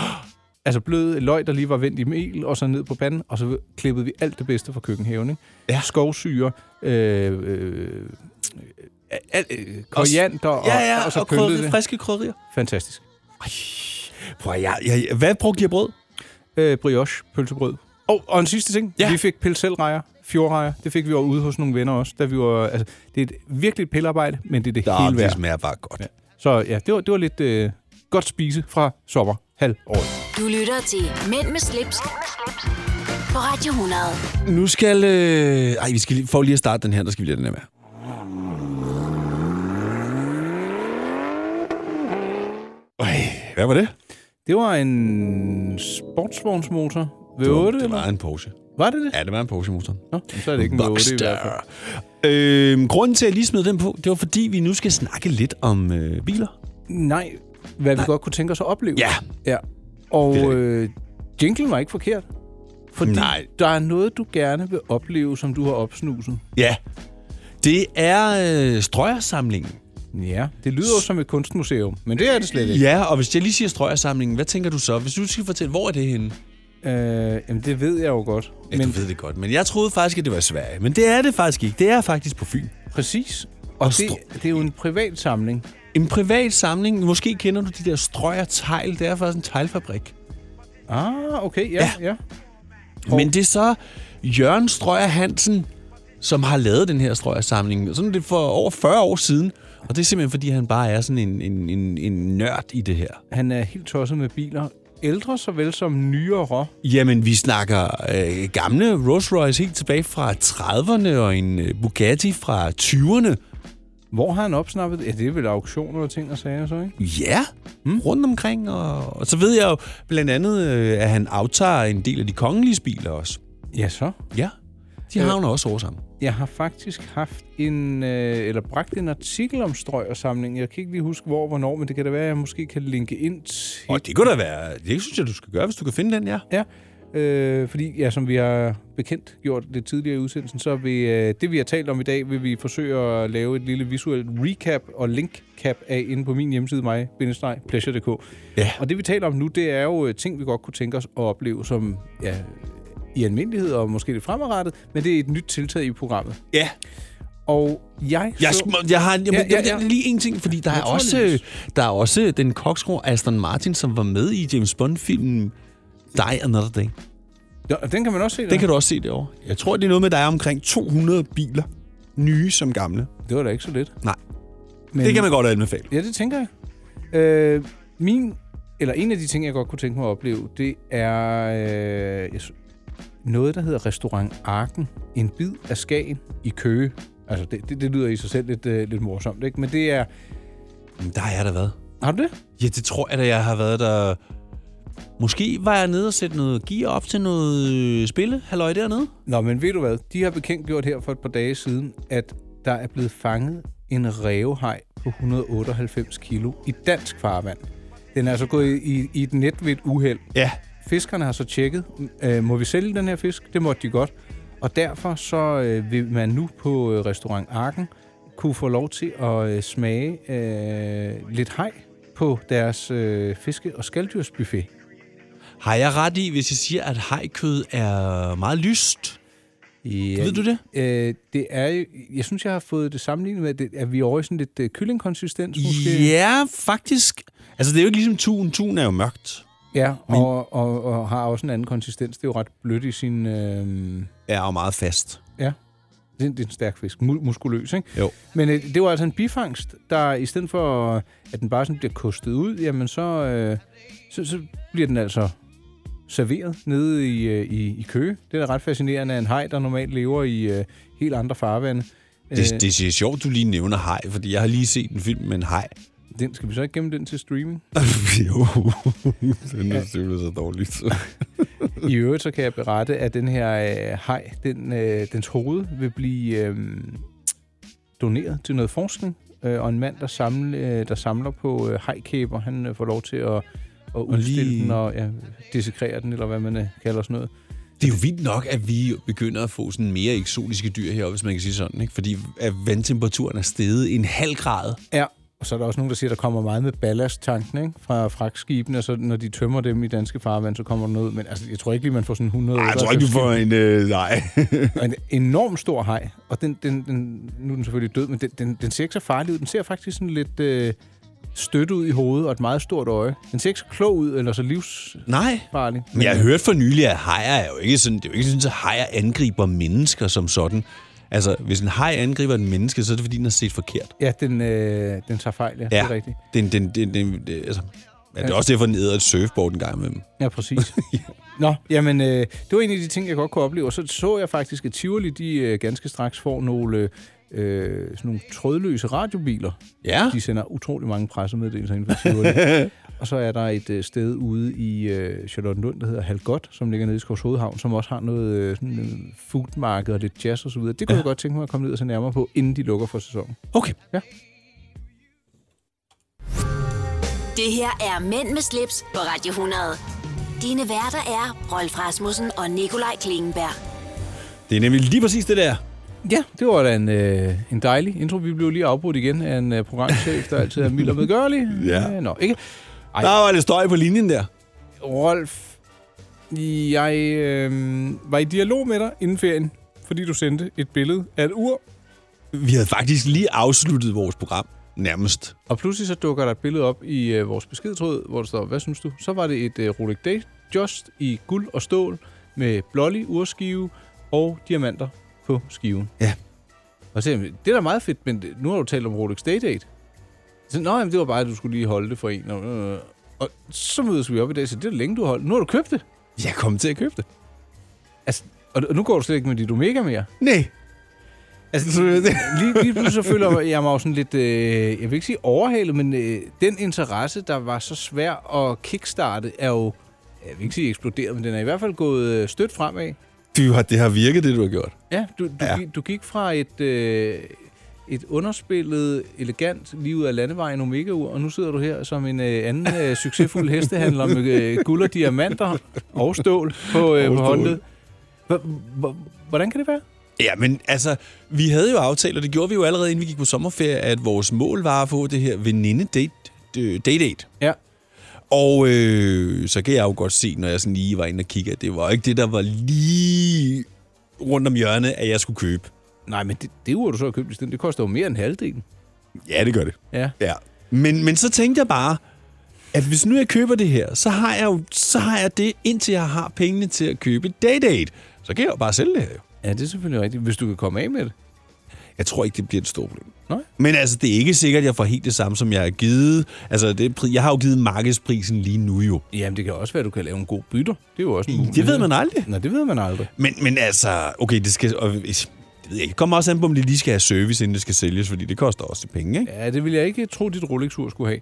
S2: altså blød løg, der lige var vendt i mel, og så ned på panden, og så klippede vi alt det bedste fra køkkenhaven. Ikke?
S3: Ja.
S2: Skovsyre, øh, øh, al, øh, koriander, og, og så pyntede det.
S3: friske krydderier.
S2: Fantastisk.
S3: Prøv at- jeg, jeg, hvad brugte jeg brød?
S2: Øh, brioche, pølsebrød. Og, og en sidste ting.
S3: Ja.
S2: Vi fik pilselrejer, fjordrejer. Det fik vi over ude hos nogle venner også. Da vi var, altså, det er et, virkelig et pillearbejde, men det er det
S3: Der,
S2: hele
S3: det
S2: værd.
S3: smager bare godt. Ja.
S2: Så ja, det var, det var lidt øh, godt spise fra sommer halvåret.
S1: Du lytter til Mænd med slips, på Radio 100.
S3: Nu skal... Øh... Ej, vi skal lige, for lige at starte den her, der skal vi lige have den her med. Ej, hvad var det?
S2: Det var en sportsvognsmotor. V8,
S3: det
S2: eller?
S3: var en Porsche.
S2: Var det det?
S3: Ja, det var en Porsche-motor.
S2: Nå, så er det ikke en V8 i hvert fald.
S3: Øh, grunden til, at jeg lige smed den på, det var fordi, vi nu skal snakke lidt om øh, biler.
S2: Nej, hvad vi godt kunne tænke os at opleve.
S3: Ja.
S2: ja. Og
S3: Det er det.
S2: øh, jinglen var ikke forkert. Fordi
S3: Nej.
S2: der er noget, du gerne vil opleve, som du har opsnuset.
S3: Ja. Det er øh, strøjersamlingen.
S2: Ja, det lyder jo som et kunstmuseum, men det er det slet ikke.
S3: Ja, og hvis jeg lige siger strøjersamlingen, hvad tænker du så? Hvis du skal fortælle, hvor er det henne?
S2: Øh, jamen, det ved jeg jo godt.
S3: Ja, men...
S2: men
S3: du ved det godt, men jeg troede faktisk, at det var i Sverige. Men det er det faktisk ikke. Det er faktisk på Fyn.
S2: præcis. Og
S3: stro-
S2: det, det er jo en privat samling.
S3: En privat samling. Måske kender du de der strøjertegl. Det er faktisk en teglfabrik.
S2: Ah, okay, ja, ja. ja.
S3: Men det er så Jørgen Strøjer Hansen, som har lavet den her Strøjer-samling. Sådan er det for over 40 år siden. Og det er simpelthen, fordi han bare er sådan en, en, en, en nørd i det her.
S2: Han er helt tosset med biler. Ældre såvel som nyere.
S3: Jamen, vi snakker øh, gamle Rolls Royce helt tilbage fra 30'erne og en øh, Bugatti fra 20'erne.
S2: Hvor har han opsnappet? Ja, det er vel auktioner og ting og sager så, ikke?
S3: Ja, mm. rundt omkring. Og, og så ved jeg jo blandt andet, øh, at han aftager en del af de kongelige biler også.
S2: Ja, så.
S3: Ja, de
S2: Øh.
S3: havner også over sammen.
S2: Jeg har faktisk haft en, øh, eller bragt en artikel om strøg og samling. Jeg kan ikke lige huske, hvor og hvornår, men det kan da være, at jeg måske kan linke ind til...
S3: Og det kunne da være, det synes jeg, du skal gøre, hvis du kan finde den, ja.
S2: Ja, øh, fordi ja, som vi har bekendt gjort lidt tidligere i udsendelsen, så vil øh, det, vi har talt om i dag, vil vi forsøge at lave et lille visuelt recap og linkcap af inde på min hjemmeside, mig pleasure.dk.
S3: Ja.
S2: Og det, vi taler om nu, det er jo øh, ting, vi godt kunne tænke os at opleve som ja, i almindelighed og måske lidt fremadrettet, men det er et nyt tiltag i programmet.
S3: Ja,
S2: Og jeg,
S3: jeg,
S2: så...
S3: sm- jeg har en, jamen, ja,
S2: Ja,
S3: ja,
S2: ja,
S3: ja. lige en ting, fordi der er, også, øh,
S2: Naturligvis.
S3: der er også den koksgro Aston Martin, som var med i James Bond-filmen Die Another Day.
S2: Ja, og Den kan man også se.
S3: Den
S2: Den
S3: kan du også se derovre. Jeg tror, det er noget med, at der er omkring 200 biler, nye som gamle.
S2: Det var da ikke så lidt.
S3: Nej,
S2: Men...
S3: det kan man godt anbefale.
S2: Ja, det tænker jeg. Øh, min eller en af de ting, jeg godt kunne tænke mig at opleve, det er øh, jeg sy- noget, der hedder Restaurant Arken. En bid af Skagen i Køge. Altså, det, det, det lyder i sig selv lidt, øh, lidt morsomt, ikke? Men det er...
S3: Jamen, der har jeg da været.
S2: Har du det?
S3: Ja, det tror jeg da, jeg har været der... Måske var jeg nede og sætte noget gear op til noget øh, spille, halløj dernede.
S2: Nå, men ved du hvad? De har bekendtgjort her for et par dage siden, at der er blevet fanget en rævehaj på 198 kilo i dansk farvand. Den er altså gået i, i, i et net ved et uheld.
S3: Ja.
S2: Fiskerne har så tjekket, øh, må vi sælge den her fisk? Det måtte de godt. Og derfor så øh, vil man nu på øh, restaurant Arken kunne få lov til at øh, smage øh, lidt haj på deres øh, fiske- og skalddyrsbuffet.
S3: Har jeg ret i, hvis jeg siger, at hajkød er meget lyst?
S2: Ja,
S3: Ved du det?
S2: Øh, det er jo, jeg synes, jeg har fået det sammenlignet med, at, det, at vi er over i sådan lidt øh, kyllingkonsistens måske.
S3: Ja, faktisk. Altså, det er jo ikke ligesom tun. Tun er jo mørkt.
S2: Ja, og, og, og har også en anden konsistens. Det er jo ret blødt i sin... Øh,
S3: Er jo meget fast.
S2: ja, det, er- det er en stærk fisk. Mu- muskuløs, ikke?
S3: Jo.
S2: Men øh, det var altså en bifangst, der i stedet for, øh, at den bare sådan bliver kostet ud, jamen så, øh, så, så bliver den altså serveret nede i, øh, i, i Køge. Det er da ret fascinerende, at en haj, der normalt lever i øh, helt andre farvande, øh,
S3: Det, det er sjovt, du lige nævner haj, fordi jeg har lige set en film med en haj.
S2: den skal vi så ikke gemme den til streaming?
S3: jo, den er simpelthen så dårligt.
S2: I øvrigt så kan jeg berette, at den her øh, hej, den, øh, dens hoved vil blive øh, doneret til noget forskning, øh, og en mand, der, samle, øh, der samler på øh, hejkæber, han øh, får lov til at, at udstille
S3: lige-
S2: lige... den og ja, dissekrere den, eller hvad man øh, kalder sådan noget.
S3: Det er jo vildt nok, at vi begynder at få sådan mere eksotiske dyr heroppe, hvis man kan sige sådan. Ikke? Fordi at vandtemperaturen er steget en halv grad.
S2: Ja, og så er der også nogen, der siger, der kommer meget med ballasttanken ikke? fra fragtskibene, og så når de tømmer dem i danske farvand, så kommer der noget ud. Men altså, jeg tror ikke lige, man får sådan 100...
S3: Ej, jeg tror ikke, du får en... Øh, nej.
S2: Og en enorm stor haj, og den, den, den, nu er den selvfølgelig død, men den, den, den ser ikke så farlig ud. Den ser faktisk sådan lidt øh, stødt ud i hovedet og et meget stort øje. Den ser ikke så klog ud, eller så livsfarlig.
S3: nej. Men jeg har hørt for nylig, at hajer er jo ikke sådan, det er jo ikke sådan, at hajer angriber mennesker som sådan. Altså, hvis en haj angriber et menneske, så er det fordi, den har set forkert.
S2: Ja, den, øh, den tager fejl, ja. ja. Det er rigtigt.
S3: Den, den, den, den, det, altså, ja, det er også derfor, den æder et surfboard en gang imellem.
S2: Ja, præcis. Nå, jamen, øh, det var en af de ting, jeg godt kunne opleve. Og så så jeg faktisk, at Tivoli, de øh, ganske straks får nogle, øh, sådan nogle trådløse radiobiler.
S3: Ja.
S2: De sender utrolig mange pressemeddelelser inden for Tivoli. og så er der et øh, sted ude i øh, Charlottenlund, der hedder Halgot, som ligger nede i Skovs Hovedhavn, som også har noget øh, sådan, øh, foodmarked og lidt jazz og så videre. Det kunne ja. jeg godt tænke mig at komme ned og se nærmere på, inden de lukker for sæsonen.
S3: Okay.
S1: Det her er Mænd med slips på Radio 100. Dine værter er Rolf Rasmussen og Nikolaj Klingenberg.
S3: Det er nemlig lige præcis det der.
S2: Ja, det var da en, øh, en dejlig intro. Vi blev lige afbrudt igen af en øh, programchef, der altid er mild og medgørlig.
S3: Ja.
S2: Øh, nå, ikke? Ej.
S3: Der var lidt støj på linjen der.
S2: Rolf, jeg øh, var i dialog med dig inden ferien, fordi du sendte et billede af et ur.
S3: Vi havde faktisk lige afsluttet vores program. Nærmest.
S2: Og pludselig så dukker der et billede op i øh, vores beskedtråd, hvor der står, hvad synes du? Så var det et øh, Rolex Day Just i guld og stål med blålig urskive og diamanter på skiven.
S3: Ja.
S2: Og så, sagde jeg, det er da meget fedt, men det- nu har du talt om Rolex Day Date. Så, Nå, jamen, det var bare, at du skulle lige holde det for en. Og, øh, og så mødes vi op i dag, så det er længe, du har holdt. Nu har du købt det.
S3: Jeg kom til at købe det.
S2: Altså, og og nu går du slet ikke med dit Omega mere.
S3: Nej.
S2: Altså, lige, lige pludselig så føler jeg mig jo sådan lidt, øh, jeg vil ikke sige overhalet, men øh, den interesse, der var så svær at kickstarte, er jo, jeg vil ikke sige eksploderet, men den er i hvert fald gået øh, stødt fremad.
S3: Du har, det har virket, det du har gjort.
S2: Ja, du, du,
S3: Ja.
S2: ja. du gik fra et, øh, et underspillet, elegant liv ud af landevejen Omega-ur, og nu sidder du her som en øh, anden øh, succesfuld hestehandler med øh, guld og diamanter og stål på, øh,
S3: Og stål.
S2: på håndledet. Hvor- hvor- Hvordan kan det være?
S3: Ja, men altså, vi havde jo aftalt, og det gjorde vi jo allerede, inden vi gik på sommerferie, at vores mål var at få det her veninde-date-date.
S2: Ja,
S3: Og øh, så kan jeg jo godt se, når jeg sådan lige var inde og kigge, at det var ikke det, der var lige rundt om hjørnet, at jeg skulle købe.
S2: nej, men det, det ur, du så har købt i stedet, det koster jo mere end halvdelen.
S3: Ja, det gør det.
S2: Ja.
S3: Ja. Men, men så tænkte jeg bare, at hvis nu jeg køber det her, så har jeg jo så har jeg det, indtil jeg har pengene til at købe Day Date. Så kan jeg jo bare sælge det her jo.
S2: Ja, det er selvfølgelig rigtigt, hvis du kan komme af med det.
S3: Jeg tror ikke, det bliver et stort problem.
S2: Nej.
S3: Men altså, det er ikke sikkert, at jeg får helt det samme, som jeg har givet. Altså, det, er pri- jeg har jo givet markedsprisen lige nu jo.
S2: Jamen, det kan også være, at du kan lave en god bytter. Det er jo også muligt.
S3: Mm, Det ved man aldrig.
S2: Nej, det ved man aldrig.
S3: Men, men altså, okay, det skal... Og, det ved jeg ikke. Det kommer også an på, om det lige skal have service, inden det skal sælges, fordi det koster også lidt penge, ikke?
S2: Ja, det vil jeg ikke tro, dit Rolex-ur skulle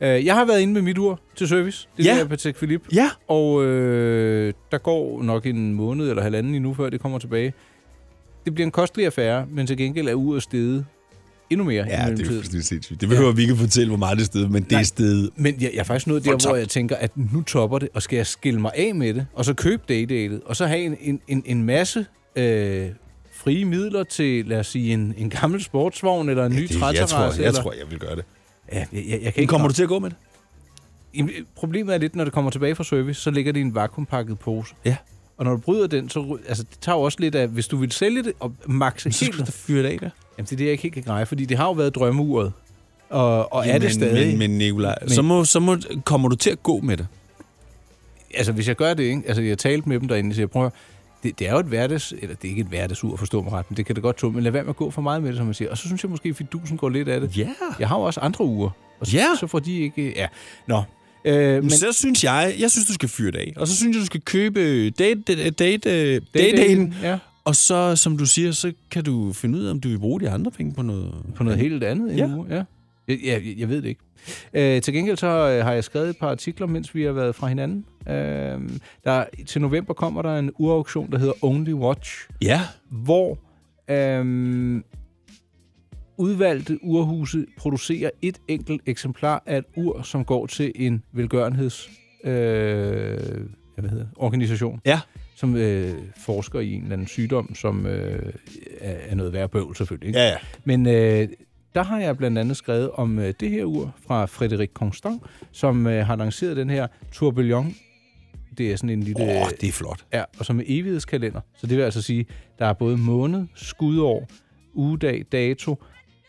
S2: have. Øh, Jeg har været inde med mit ur til service. Det
S3: Ja.
S2: er ja. Patek Philippe.
S3: Ja.
S2: Og øh, der går nok en måned eller halvanden endnu, før det kommer tilbage. Det bliver en kostelig affære, men til gengæld er uret steget endnu mere i
S3: Ja, det er
S2: mellemtiden.
S3: fuldstændig sindssygt. Det behøver ja. vi ikke fortælle, hvor meget det sted, men det er stedet.
S2: Men jeg, jeg er faktisk nået der,
S3: Fuldtop.
S2: hvor jeg tænker, at nu topper det, og skal jeg skille mig af med det, og så købe daydatet, og så have en, en, en, en masse øh, frie midler til, lad os sige, en, en gammel sportsvogn eller en ny
S3: Det, jeg,
S2: træterrasse.
S3: tror, jeg
S2: eller-
S3: tror, jeg vil gøre det.
S2: Ja, jeg, jeg, jeg kan
S3: Men
S2: ikke
S3: kommer du til at gå med det?
S2: Jamen, øh, Problemet er lidt, når det kommer tilbage fra service, så ligger det i en vakuumpakket pose.
S3: Ja.
S2: Og når du bryder den, så ry- altså, det tager jo også lidt af, hvis du vil sælge det og maxe
S3: Så skal du
S2: helt.
S3: da fyre det af, der.
S2: Jamen, det er det, jeg ikke helt kan greje, fordi det har jo været drømmeuret. Og, og er det stadig.
S3: Men, men Nicolaj, så, må, så må, kommer du til at gå med det.
S2: altså, hvis jeg gør det, ikke? Altså, jeg talte med dem derinde, så jeg prøver... Det, det er jo et hverdags... Eller det er ikke et hverdagsur, forstå mig ret, men det kan det godt tåle. Men lad være med at gå for meget med det, som man siger. Og så synes jeg måske, at fidusen går lidt af det.
S3: Ja.
S2: Jeg har jo også andre uger. Og så,
S3: Ja.
S2: så får de ikke... Ja. Nå. Øh, men,
S3: Men så synes jeg, jeg synes, du skal fyre det af. Og så synes jeg, du skal købe øh, date, date, date, øh, date, date
S2: ja,
S3: Og så, som du siger, så kan du finde ud af, om du vil bruge de andre penge på noget.
S2: på noget helt andet end
S3: Ja.
S2: ja. uge. Ja. Jeg, jeg, jeg ved det ikke. Øh, til gengæld så øh, har jeg skrevet et par artikler, mens vi har været fra hinanden. Øh, der, til november kommer der en urauktion, der hedder Only Watch.
S3: Ja.
S2: hvor øhm, udvalgte urhuse producerer et enkelt eksemplar af et ur, som går til en velgørenheds øh, ja, hvad hedder, det? organisation,
S3: Ja.
S2: som øh, forsker i en eller anden sygdom, som øh, er er noget værre bøvl selvfølgelig. Ikke?
S3: Ja, ja.
S2: Men øh, der har jeg blandt andet skrevet om øh, det her ur fra Frederik Constant, som øh, har lanceret den her Tourbillon. Det er sådan en lille...
S3: Åh, oh, det er flot.
S2: Ja, og som er evighedskalender. Så det vil altså sige, der er både måned, skudår, ugedag, dato,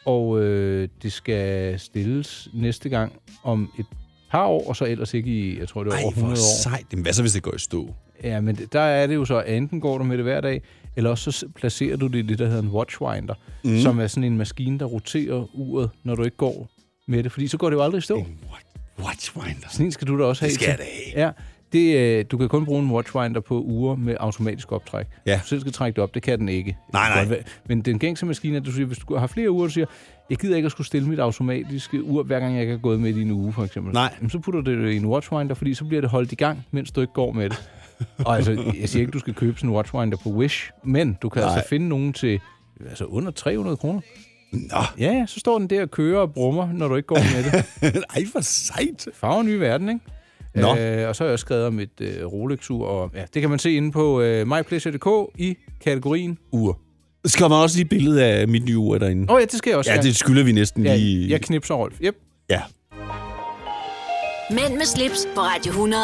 S2: og øh, det skal stilles næste gang om et par år, og så ellers ikke i, jeg tror det er
S3: Ej,
S2: over 100
S3: hvor
S2: år.
S3: sejt. Jamen, hvad så, hvis det går i stå?
S2: Ja, men det- der er det jo så, at enten går du med det hver dag, eller også så s- placerer du det i det, der hedder en watchwinder,
S3: Mhm.
S2: mm. som er sådan en maskine, der roterer uret, når du ikke går med det, fordi så går det jo aldrig i stå.
S3: What? Watchwinder.
S2: Sådan en skal du da også have.
S3: Det skal
S2: til.
S3: jeg da have.
S2: Ja, det, øh, du kan kun bruge en watchwinder på uger med automatisk optræk.
S3: Ja.
S2: Hvis Du selv skal trække det op, det kan den ikke.
S3: Nej,
S2: Det kan
S3: nej.
S2: godt være- Men den gængse maskine, er, at du siger, hvis du har flere uger, du siger, jeg gider ikke at skulle stille mit automatiske ur, hver gang jeg ikke er gået med i en uge, for eksempel.
S3: Nej.
S2: Jamen, så putter du det i en watchwinder, fordi så bliver det holdt i gang, mens du ikke går med det. Og altså, jeg siger ikke, du skal købe sådan en watchwinder på Wish, men du kan nej. altså finde nogen til altså under 300 kroner.
S3: Nå,
S2: Ja, ja, så står den der og kører og brummer, når du ikke går med det.
S3: ej, hvor sejt.
S2: Farver nye verden, ikke?
S3: Nå.
S2: Øh, og så har jeg også skrevet om et øh, Rolex-ur, og ja, det kan man se inde på øh, mypleasure.dk i kategorien ur.
S3: Så kommer også lige et billede af mit nye ur derinde.
S2: Åh oh, ja, det skal jeg også
S3: Ja,
S2: have.
S3: det skylder vi næsten lige.
S2: ja, jeg knipser Rolf. Yep.
S3: ja.
S1: Mænd med slips på Radio 100.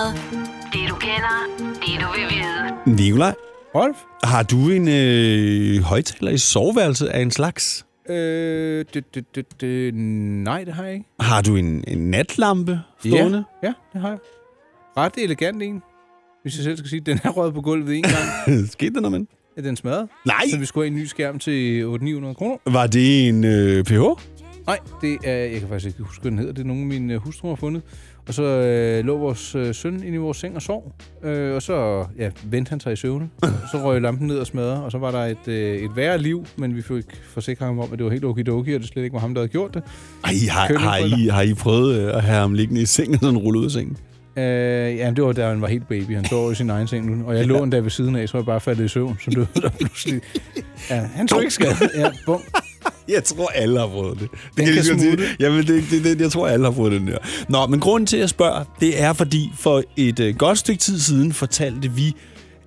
S1: Det du kender, det du vil vide.
S3: Nikolaj,
S2: Rolf?
S3: har du en øh, højtaler i soveværelset af en slags?
S2: Øh, det, det, det, det, nej, det har jeg ikke.
S3: Har du en, en natlampe stående?
S2: Ja, ja, det har jeg. Ret elegant en. Hvis jeg selv skal sige, den er røget på gulvet en gang.
S3: Ja. Skete der noget med den?
S2: er den smadret?
S3: Nej!
S2: Så vi skulle have en ny skærm til 800-900 kroner.
S3: Var det en øh, PH?
S2: Nej, det er, jeg kan faktisk ikke huske, hvad den hedder. Det er nogen, af mine øh, hustruer har fundet. Og så øh, lå vores øh, søn inde i vores seng og sov. Øh, og så ja, vendte han sig i søvne. så røg lampen ned og smadrede. Og så var der et, øh, et værre liv, men vi fik forsikret ham om, at det var helt okidoki, og det slet ikke var ham, der havde gjort det.
S3: Ej, har,
S2: Køkken
S3: har, I,
S2: krøller.
S3: har I prøvet øh, at have ham liggende i sengen og sådan rulle ud af sengen?
S2: Øh, jamen, det var, da han var helt baby. Han sov i sin egen seng nu. Og jeg lå endda ved siden af, så var jeg bare faldet i søvn, som det der pludselig. Ja, han tog ikke skade. Ja, bum.
S3: Jeg tror, alle har prøvet det. Det
S2: kan
S3: jeg lige så godt
S2: smutte.
S3: sige. Jamen, det, det, det, jeg tror, alle har prøvet den der. Nå, men grunden til, at jeg spørger, det er, fordi for et øh, godt stykke tid siden fortalte vi,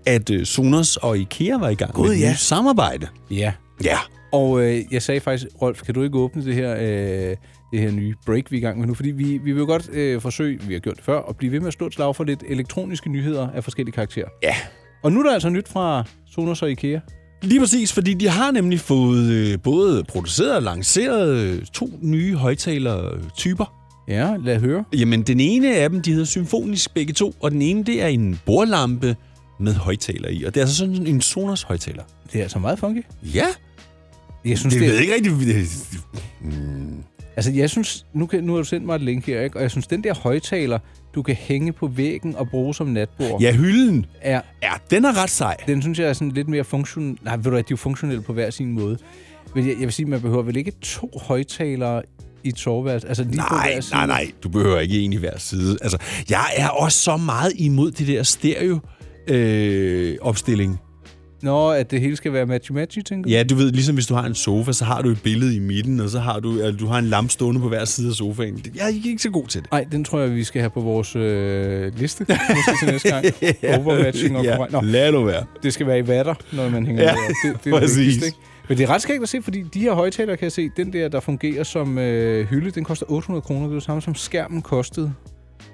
S3: at øh, Sonos og IKEA var i gang God, med et
S2: ja.
S3: nyt samarbejde.
S2: Ja.
S3: Ja.
S2: Og øh, jeg sagde faktisk, Rolf, kan du ikke åbne det her, øh, det her nye break, vi er i gang med nu? Fordi vi, vi vil jo godt øh, forsøge, vi har gjort det før, at blive ved med at slå et slag for lidt elektroniske nyheder af forskellige karakterer.
S3: Ja.
S2: Og nu er der altså nyt fra Sonos og Ikea.
S3: Lige præcis, fordi de har nemlig fået øh, både produceret og lanceret øh, to nye højtalertyper.
S2: Ja, lad høre.
S3: Jamen, den ene af dem, de hedder symfonisk begge to, og den ene, det er en bordlampe med højtaler i. Og det er altså sådan en Sonos højtaler.
S2: Det er altså meget funky.
S3: Ja.
S2: Jeg synes,
S3: Det,
S2: det,
S3: det ved
S2: det
S3: ikke rigtig...
S2: altså, jeg synes, nu, kan, nu har du sendt mig et link her, ikke? og jeg synes, den der højtaler, du kan hænge på væggen og bruge som natbord,
S3: Ja, hylden.
S2: er,
S3: Ja, den er ret sej.
S2: den synes jeg er sådan lidt mere funktion... Nej, ved du hvad, de er jo funktionelle på hver sin måde. Men jeg, jeg vil sige, man behøver vel ikke to højtalere i et soveværelse? Altså lige på
S3: Nej,
S2: hver side.
S3: nej, nej. Du behøver ikke egentlig hver side. Altså, jeg er også så meget imod det der stereo øh, opstilling.
S2: Nå, at det hele skal være matchy-matchy, tænker du?
S3: Ja, du ved, ligesom hvis du har en sofa, så har du et billede i midten, og så har du, eller du har en lampe stående på hver side af sofaen. Det- Jeg er ikke så god til det.
S2: Nej, den tror jeg, vi skal have på vores øh, liste. Måske til næste gang. Overmatching og ja. Nå,
S3: lad nu være.
S2: det skal være i vatter, når man hænger
S3: Ja,
S2: ja, det, det er
S3: præcis.
S2: det vigtigste, ikke? Men det er ret skægt at se, fordi de her højtalere, kan jeg se, den der, der fungerer som øh, hylde, den koster 800 kroner. Det er det samme, som skærmen kostede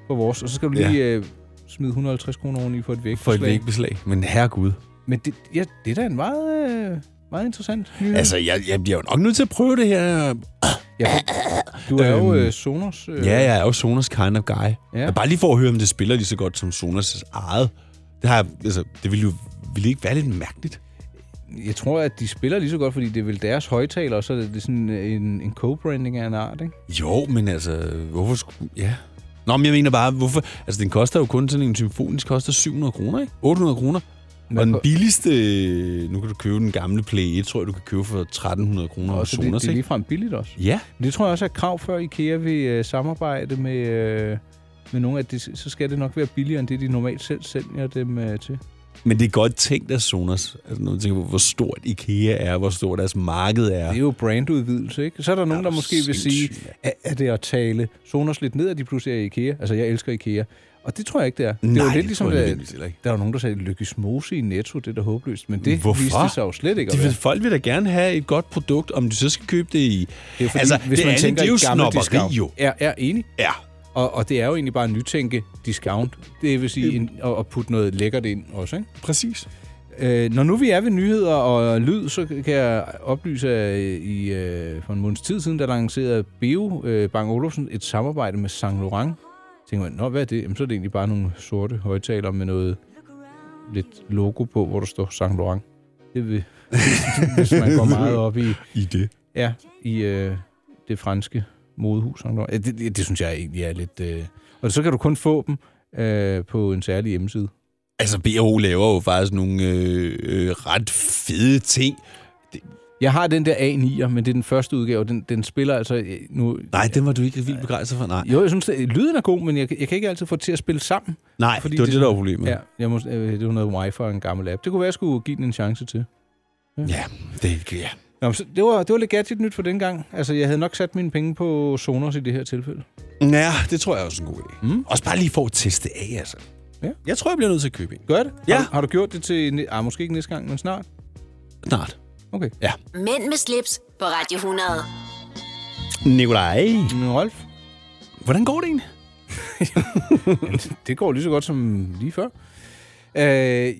S2: på vores. Og så skal du lige ja. øh, smide 150 kroner oveni for et væk.
S3: For et vægbeslag. Men herregud.
S2: Men det, ja, det er da en meget, øh, meget interessant nyhed.
S3: Altså, jeg, jeg bliver jo nok nødt til at prøve det her.
S2: ja, du er jo
S3: Øhm,
S2: øh, Sonos. Øh,
S3: Ja, jeg er jo Sonos kind of guy.
S2: Ja.
S3: Ja. Bare lige for at høre, om det spiller lige så godt som Sonos' eget. Det, har jeg, altså, det ville jo ville ikke være lidt mærkeligt.
S2: Jeg tror, at de spiller lige så godt, fordi det er vel deres højtaler, og så er det sådan en, en co-branding af en art, ikke?
S3: Jo, men altså, hvorfor skulle... Ja. Nå, men jeg mener bare, hvorfor... Altså, den koster jo kun sådan en symfonisk, koster 700 kroner, ikke? 800 kroner. Og den
S2: på-
S3: billigste... Nu kan du købe den gamle Play 1, tror jeg, du kan købe for 1300 kroner hos
S2: Og så det,
S3: Sonos,
S2: det er
S3: ikke?
S2: ligefrem billigt også.
S3: Ja.
S2: Men det tror jeg også er et krav, før IKEA vil øh, samarbejde med, øh, med nogle af de, så skal det nok være billigere, end det, de normalt selv sælger dem øh, til.
S3: Men det er godt tænkt af Sonos. Altså, når man tænker på, hvor stort IKEA er, hvor stort deres marked er.
S2: Det er jo brandudvidelse, ikke? Så er der nogen,
S3: Ja,
S2: der måske vil sige,
S3: sindssygt,
S2: er, er det at tale Sonos lidt ned, at de pludselig er i IKEA? Altså, jeg elsker IKEA. Og det tror jeg ikke, det er. det er
S3: Nej,
S2: jo lidt
S3: det
S2: ligesom,
S3: tror jeg
S2: at-
S3: nødvendigvis heller ikke.
S2: der var nogen, der sagde, lykkesmose i Netto, det er da håbløst. Men det
S3: Hvorfor?
S2: viste sig jo slet ikke at
S3: De
S2: være.
S3: vil, folk vil da gerne have et godt produkt, om de så skal købe det i...
S2: Det er fordi, altså, hvis
S3: det
S2: man
S3: andet,
S2: tænker
S3: det er jo
S2: i gammel
S3: snobberi,
S2: discount.
S3: jo.
S2: Er, er enig.
S3: Ja.
S2: Og, og det er jo egentlig bare at nytænke discount. Det vil
S3: Øhm.
S2: sige en, at, at putte noget lækkert ind også. Ikke?
S3: Præcis.
S2: Øh, når nu vi er ved nyheder og lyd, så kan jeg oplyse, at i, øh, for en måneds tid siden, der lancerede Beo øh, Bang Olufsen et samarbejde med Saint Laurent. Så tænker man, nå hvad er det? Jamen, så er det egentlig bare nogle sorte højtalere med noget lidt logo på, hvor der står Saint Laurent. Det vil, hvis man går meget op i
S3: I det.
S2: Ja, i øh, det franske modehus. som der- Ja, det, det, det synes jeg egentlig er lidt... Øh... Og så kan du kun få dem øh, på en særlig hjemmeside.
S3: Altså, B&O laver jo faktisk nogle øh, øh, ret fede ting.
S2: Jeg har den der A9'er, men det er den første udgave. Den, den spiller altså øh, nu...
S3: Nej, den var du ikke vildt begejstret for. Nej,
S2: Jo, jeg synes, at lyden er god, men jeg, jeg kan ikke altid få det til at spille sammen.
S3: Nej
S2: Fordi
S3: det var
S2: det-
S3: det, der var problemet.
S2: Ja, jeg må, øh, det var noget wifi og en gammel app. Det kunne være, jeg skulle give den en chance til.
S3: ja det ja.
S2: Nå, men så, det, var, det var lidt gadget nyt for dengang. Altså, jeg havde nok sat mine penge på Sonos i det her tilfælde.
S3: Ja, det tror jeg også er en god idé. Mm. Også bare lige for at teste af, altså.
S2: Ja.
S3: Jeg tror, jeg bliver nødt til at købe en.
S2: Gør det?
S3: Ja.
S2: Har, du- har du gjort det til... næ- Ah, måske ikke næste gang, men snart.
S3: Snart.
S2: Okay.
S3: Ja.
S1: Mænd med slips på Radio 100.
S3: Nikolaj,
S2: Men Rolf,
S3: hvordan går det egentlig?
S2: Det går lige så godt som lige før. Øh,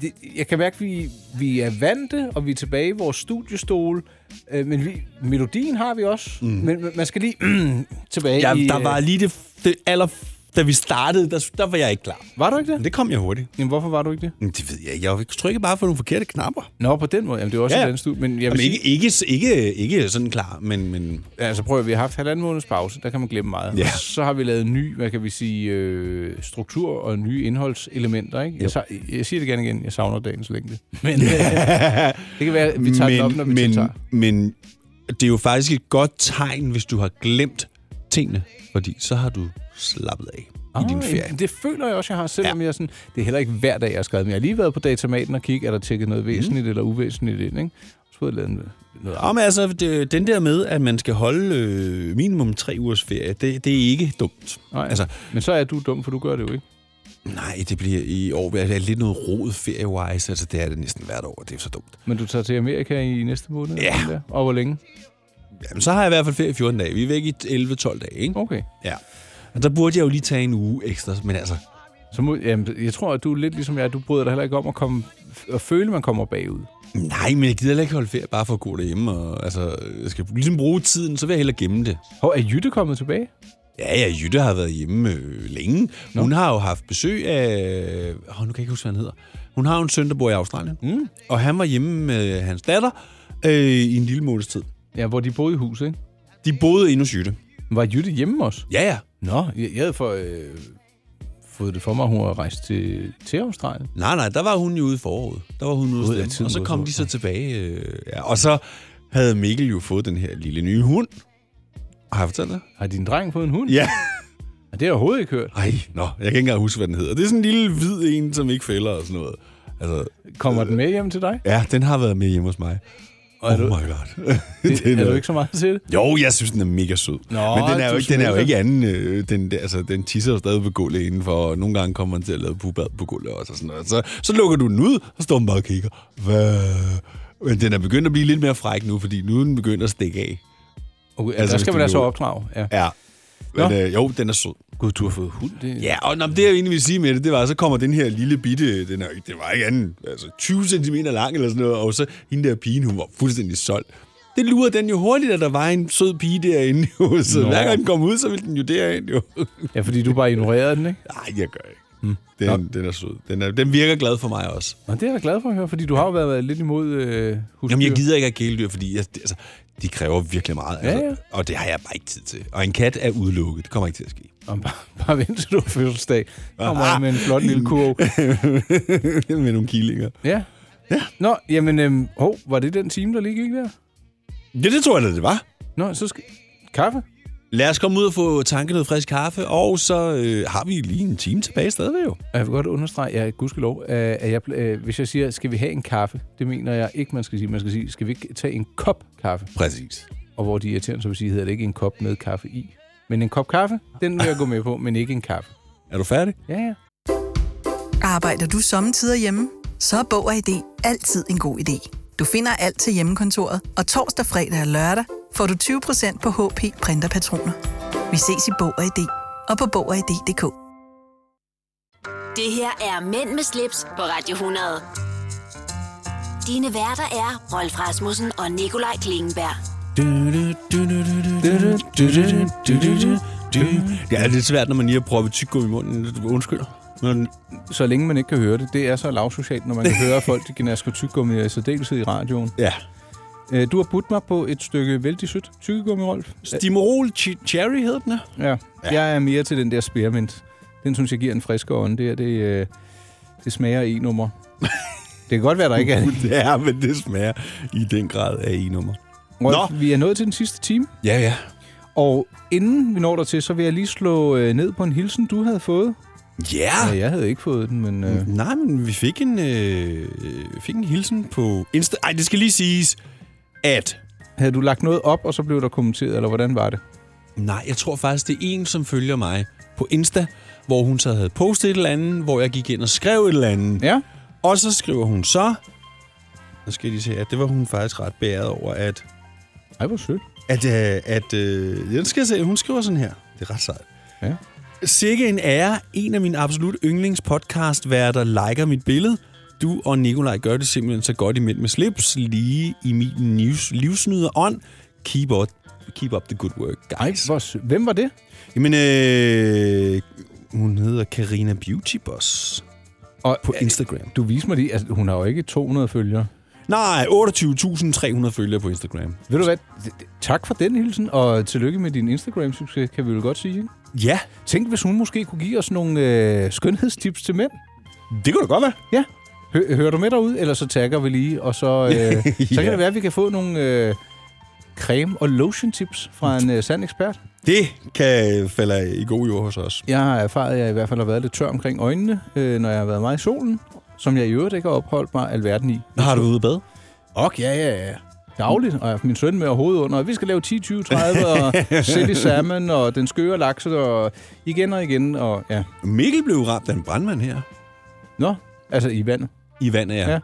S2: det, jeg kan mærke, at vi, vi er vante, og vi er tilbage i vores studiestol. Øh, men vi, melodien har vi også. Mm. Men men man skal lige tilbage
S3: Ja,
S2: i...
S3: der
S2: øh,
S3: var lige det, det aller... Da vi startede, der, der var jeg ikke klar.
S2: Var du ikke
S3: Men
S2: det?
S3: det kom jeg hurtigt.
S2: Jamen, hvorfor var du ikke det?
S3: Men det ved jeg ikke. Jeg trykkede bare på nogle forkerte knapper.
S2: Nå, på den måde. Jamen, det er også
S3: Ja,
S2: ja.
S3: ja.
S2: et andet studie. Men jeg vil
S3: Jamen,
S2: sige,
S3: ikke, ikke, ikke, ikke sådan klar, men, men
S2: altså prøv at vi har haft halvanden måneds pause. Der kan man glemme meget.
S3: Ja.
S2: Så har vi lavet en ny, hvad kan vi sige, øh, struktur og nye indholdselementer. Ikke? Jeg, sa- jeg siger det gerne igen. Jeg savner dagens længde. Men øh, det kan være, at vi tager
S3: men,
S2: den op, når vi
S3: men,
S2: tager.
S3: men det er jo faktisk et godt tegn, hvis du har glemt tingene, fordi så har du slappet af i din
S2: Ah,
S3: ferie.
S2: Det føler jeg også, jeg har, selvom ja. jeg er sådan, det er heller ikke hver dag, jeg har skrevet, men jeg har lige været på datamaten og kigge, er der tjekket noget væsentligt mm. eller uvæsentligt ind, ikke? Så har jeg lavet en- noget
S3: Og
S2: om.
S3: men altså, det, den der med, at man skal holde øh, minimum tre ugers ferie, det, det er ikke dumt.
S2: Nej, altså.
S3: Altså,
S2: Men så er du dum, for du gør det jo ikke.
S3: nej, det bliver i år det er lidt noget rodet ferie-wise. Altså, det er det næsten hvert år, og det er så dumt.
S2: Men du tager til Amerika i næste måned? eller
S3: Ja.
S2: sådan Der. Og hvor længe?
S3: Jamen, så har jeg i hvert fald ferie i 14 dage. Vi er væk i 11-12 dage, ikke?
S2: Okay.
S3: Ja. Og der burde jeg jo lige tage en uge ekstra, men altså,
S2: Så må, jamen, jeg tror, at du er lidt ligesom jeg, du bryder dig heller ikke om at, komme, at føle, man kommer bagud.
S3: Nej, men jeg gider heller ikke holde ferie bare for at gå derhjemme. Og, altså, jeg skal ligesom bruge tiden, så vil jeg hellere gemme det.
S2: Hov, er Jytte kommet tilbage?
S3: Ja, ja, Jytte har været hjemme øh, længe. Hun har jo haft besøg af... Åh, nu kan jeg ikke huske, hvad han hedder. Hun har jo en søn, der bor i Australien. Mm. Og han var hjemme med hans datter. øh, i en lille måneds tid.
S2: Ja, hvor de boede i hus, ikke?
S3: De boede endnu syge.
S2: Var Jytte hjemme også?
S3: Ja, ja.
S2: Nå, jeg, jeg havde for, øh, fået det for mig, at hun var rejst til, til Australien.
S3: Nej, nej, der var hun jo ude i foråret. Der var hun ude,
S2: Ude af
S3: ude
S2: tiden,
S3: stemme, og så
S2: ude i
S3: kom de så tilbage. Øh, ja. Og så havde Mikkel jo fået den her lille nye hund. Har jeg fortalt dig?
S2: Har din dreng fået en hund?
S3: Ja.
S2: Og det har jeg overhovedet ikke hørt.
S3: Ej, nå, jeg kan ikke engang huske, hvad den hedder. Det er sådan en lille hvid en, som ikke fælder og sådan noget. Altså,
S2: Kommer den med hjem til dig?
S3: ja, den har været med hjemme hos mig.
S2: Og er,
S3: oh
S2: du,
S3: my god. Den
S2: det, er du ikke så meget til det?
S3: Jo, jeg synes, den er mega sød.
S2: Nå,
S3: men den er, jo
S2: du
S3: ikke, den er jo
S2: smelter.
S3: ikke anden. Øh, den, altså, den tisser jo stadig på gulvet indenfor, og nogle gange kommer den til at lave pubad på gulvet også. Og sådan noget. Så, så lukker du den ud, og står den bare og kigger. Hvad? Men den er begyndt at blive lidt mere fræk nu, fordi nu er den begyndt at stikke af.
S2: Okay, altså,
S3: Altså,
S2: der
S3: hvis
S2: skal
S3: du
S2: man altså
S3: bliver-
S2: opdrage. Ja.
S3: Ja.
S2: Nå.
S3: Men, øh, jo, den er sød.
S2: Gud, du har fået hund. Det...
S3: Ja, og nå, men det jeg egentlig vil sige med det, det var, så kommer den her lille bitte, den er, jo ikke- den var ikke anden, altså 20 cm lang eller sådan noget, og så hende der pigen, hun var fuldstændig solgt. Det lurede den jo hurtigt, at der var en sød pige derinde, jo, så
S2: Nå.
S3: hver gang den kom ud, så ville den jo derind, jo.
S2: ja, fordi du bare ignorerede den, ikke?
S3: Nej, jeg gør ikke.
S2: Mm.
S3: Hmm. Den, den er sød. Den, er, den virker glad for mig også.
S2: Og det er jeg da glad for at høre, fordi du har jo været, været lidt imod øh, husdyr.
S3: Jamen, jeg gider ikke have kæledyr, fordi jeg, det- altså, de kræver virkelig meget.
S2: Ja,
S3: Altså,
S2: ja.
S3: Og det har jeg bare ikke tid til. Og en kat er udelukket. Det kommer ikke til at ske.
S2: Jamen, bare, bare vent til du har fødselsdag. Kommer
S3: Aha.
S2: jeg med en flot lille kurv.
S3: Med nogle killinger.
S2: Ja. ja. Nå, jamen, øhm, hov, var det den time, der lige gik der?
S3: Ja, det tror jeg da, det var.
S2: Nå, så skal... Kaffe?
S3: Lad os komme ud og få tanket noget frisk kaffe, og så øh, har vi lige en time tilbage stadigvæk jo.
S2: Og Jeg vil godt understrege, ja, gudskelov, øh, at jeg, øh, hvis jeg siger, skal vi have en kaffe, det mener jeg ikke, man skal sige. Man skal sige, skal vi ikke tage en kop kaffe?
S3: Præcis.
S2: Og hvor de er irriterende, så vil sige, hedder det ikke en kop med kaffe i. Men en kop kaffe, den vil jeg gå med på, men ikke en kaffe.
S3: Er du færdig?
S2: Ja, ja.
S6: Arbejder du sommetider hjemme? Så er Bog og ID altid en god idé. Du finder alt til hjemmekontoret, og torsdag, fredag og lørdag får du 20% på HP Printerpatroner. Vi ses i Bog og ID og på Bog og ID.dk.
S1: Det her er Mænd med slips på Radio 100. Dine værter er Rolf Rasmussen og Nikolaj Klingenberg.
S3: Ja, det er lidt svært, når man lige har proppet tyggegummi i munden. Undskyld. Men,
S2: Så længe man ikke kan høre det, det er så lavsocialt, når man kan høre at folk, de gnasker tyggegummi, og i særdeleshed i radioen.
S3: ja.
S2: Øh, Du har budt mig på et stykke vældig sødt tyggegummi, Rolf.
S3: Stimorol Ch- Cherry hed den, ja.
S2: Ja. ja. Jeg er mere til den der spearmint. Den synes jeg giver en friskere ånd. Det, her, det, øh, det smager af e-nummer. det kan godt være, der ikke er det.
S3: Det er, men det smager i den grad af e-nummer.
S2: Rolf,
S3: Nå.
S2: vi er nået til den sidste time.
S3: Ja, ja.
S2: Og inden vi når dertil, så vil jeg lige slå øh, ned på en hilsen, du havde fået.
S3: Ja!
S2: Ja, jeg havde ikke fået den, men... Øh,
S3: Nej, men vi fik en, øh, fik en hilsen på Insta... Ej, det skal lige siges, at
S2: havde du lagt noget op, og så blev der kommenteret, eller hvordan var det?
S3: Nej, jeg tror faktisk, det er en, som følger mig på Insta, hvor hun så havde postet et eller andet, hvor jeg gik ind og skrev et eller andet.
S2: Ja?
S3: Og så skriver hun så... Nu skal jeg lige se, at det var hun faktisk ret beæret over, at...
S2: Ej, hvor sødt.
S3: At, øh, at øh, den skal jeg se, hun skriver sådan her. Det er ret sejt.
S2: Ja.
S3: Sikke en ære. En af mine absolut yndlingspodcast-værter liker mit billede. Du og Nikolaj gør det simpelthen så godt imellem med slips, lige i min livs, livsnyder ånd. Keep up, keep up the good work, guys.
S2: Ej, hvor sødt. Hvem var det?
S3: Jamen, øh, hun hedder Karina Beauty Boss
S2: Og,
S3: på Instagram.
S2: Du viser mig lige, altså, hun har jo ikke 200 følgere.
S3: Nej, 28.300 følgere på Instagram.
S2: Ved du hvad? D- d- Tak for den hilsen, og tillykke med din Instagram-succes, kan vi vel godt sige. Ikke?
S3: Ja,
S2: Tænk, hvis hun måske kunne give os nogle øh, skønhedstips til mænd.
S3: det kunne da godt være.
S2: Ja. Hø- hører du med derude, eller så tagger vi lige, og så, øh, ja. så kan
S3: Ja.
S2: det være, at vi kan få nogle øh, creme- og lotion-tips fra en øh, sand ekspert.
S3: Det kan falde i god jord hos os.
S2: Jeg har erfaret, at jeg i hvert fald har været lidt tør omkring øjnene, øh, når jeg har været meget i solen, som jeg i øvrigt ikke har opholdt mig alverden i.
S3: Har du ude at bade?
S2: Ok, ja, ja, ja. Dagligt, og jeg har haft min søn med og hovedet under, og vi skal lave 10, 20, 30, og City Salmon, og den skøre lakse, og igen og igen, og ja.
S3: Mikkel blev ramt af en brandmand her
S2: Nå, altså i vandet.
S3: i vandet. Ja.
S2: Ja.
S3: ja.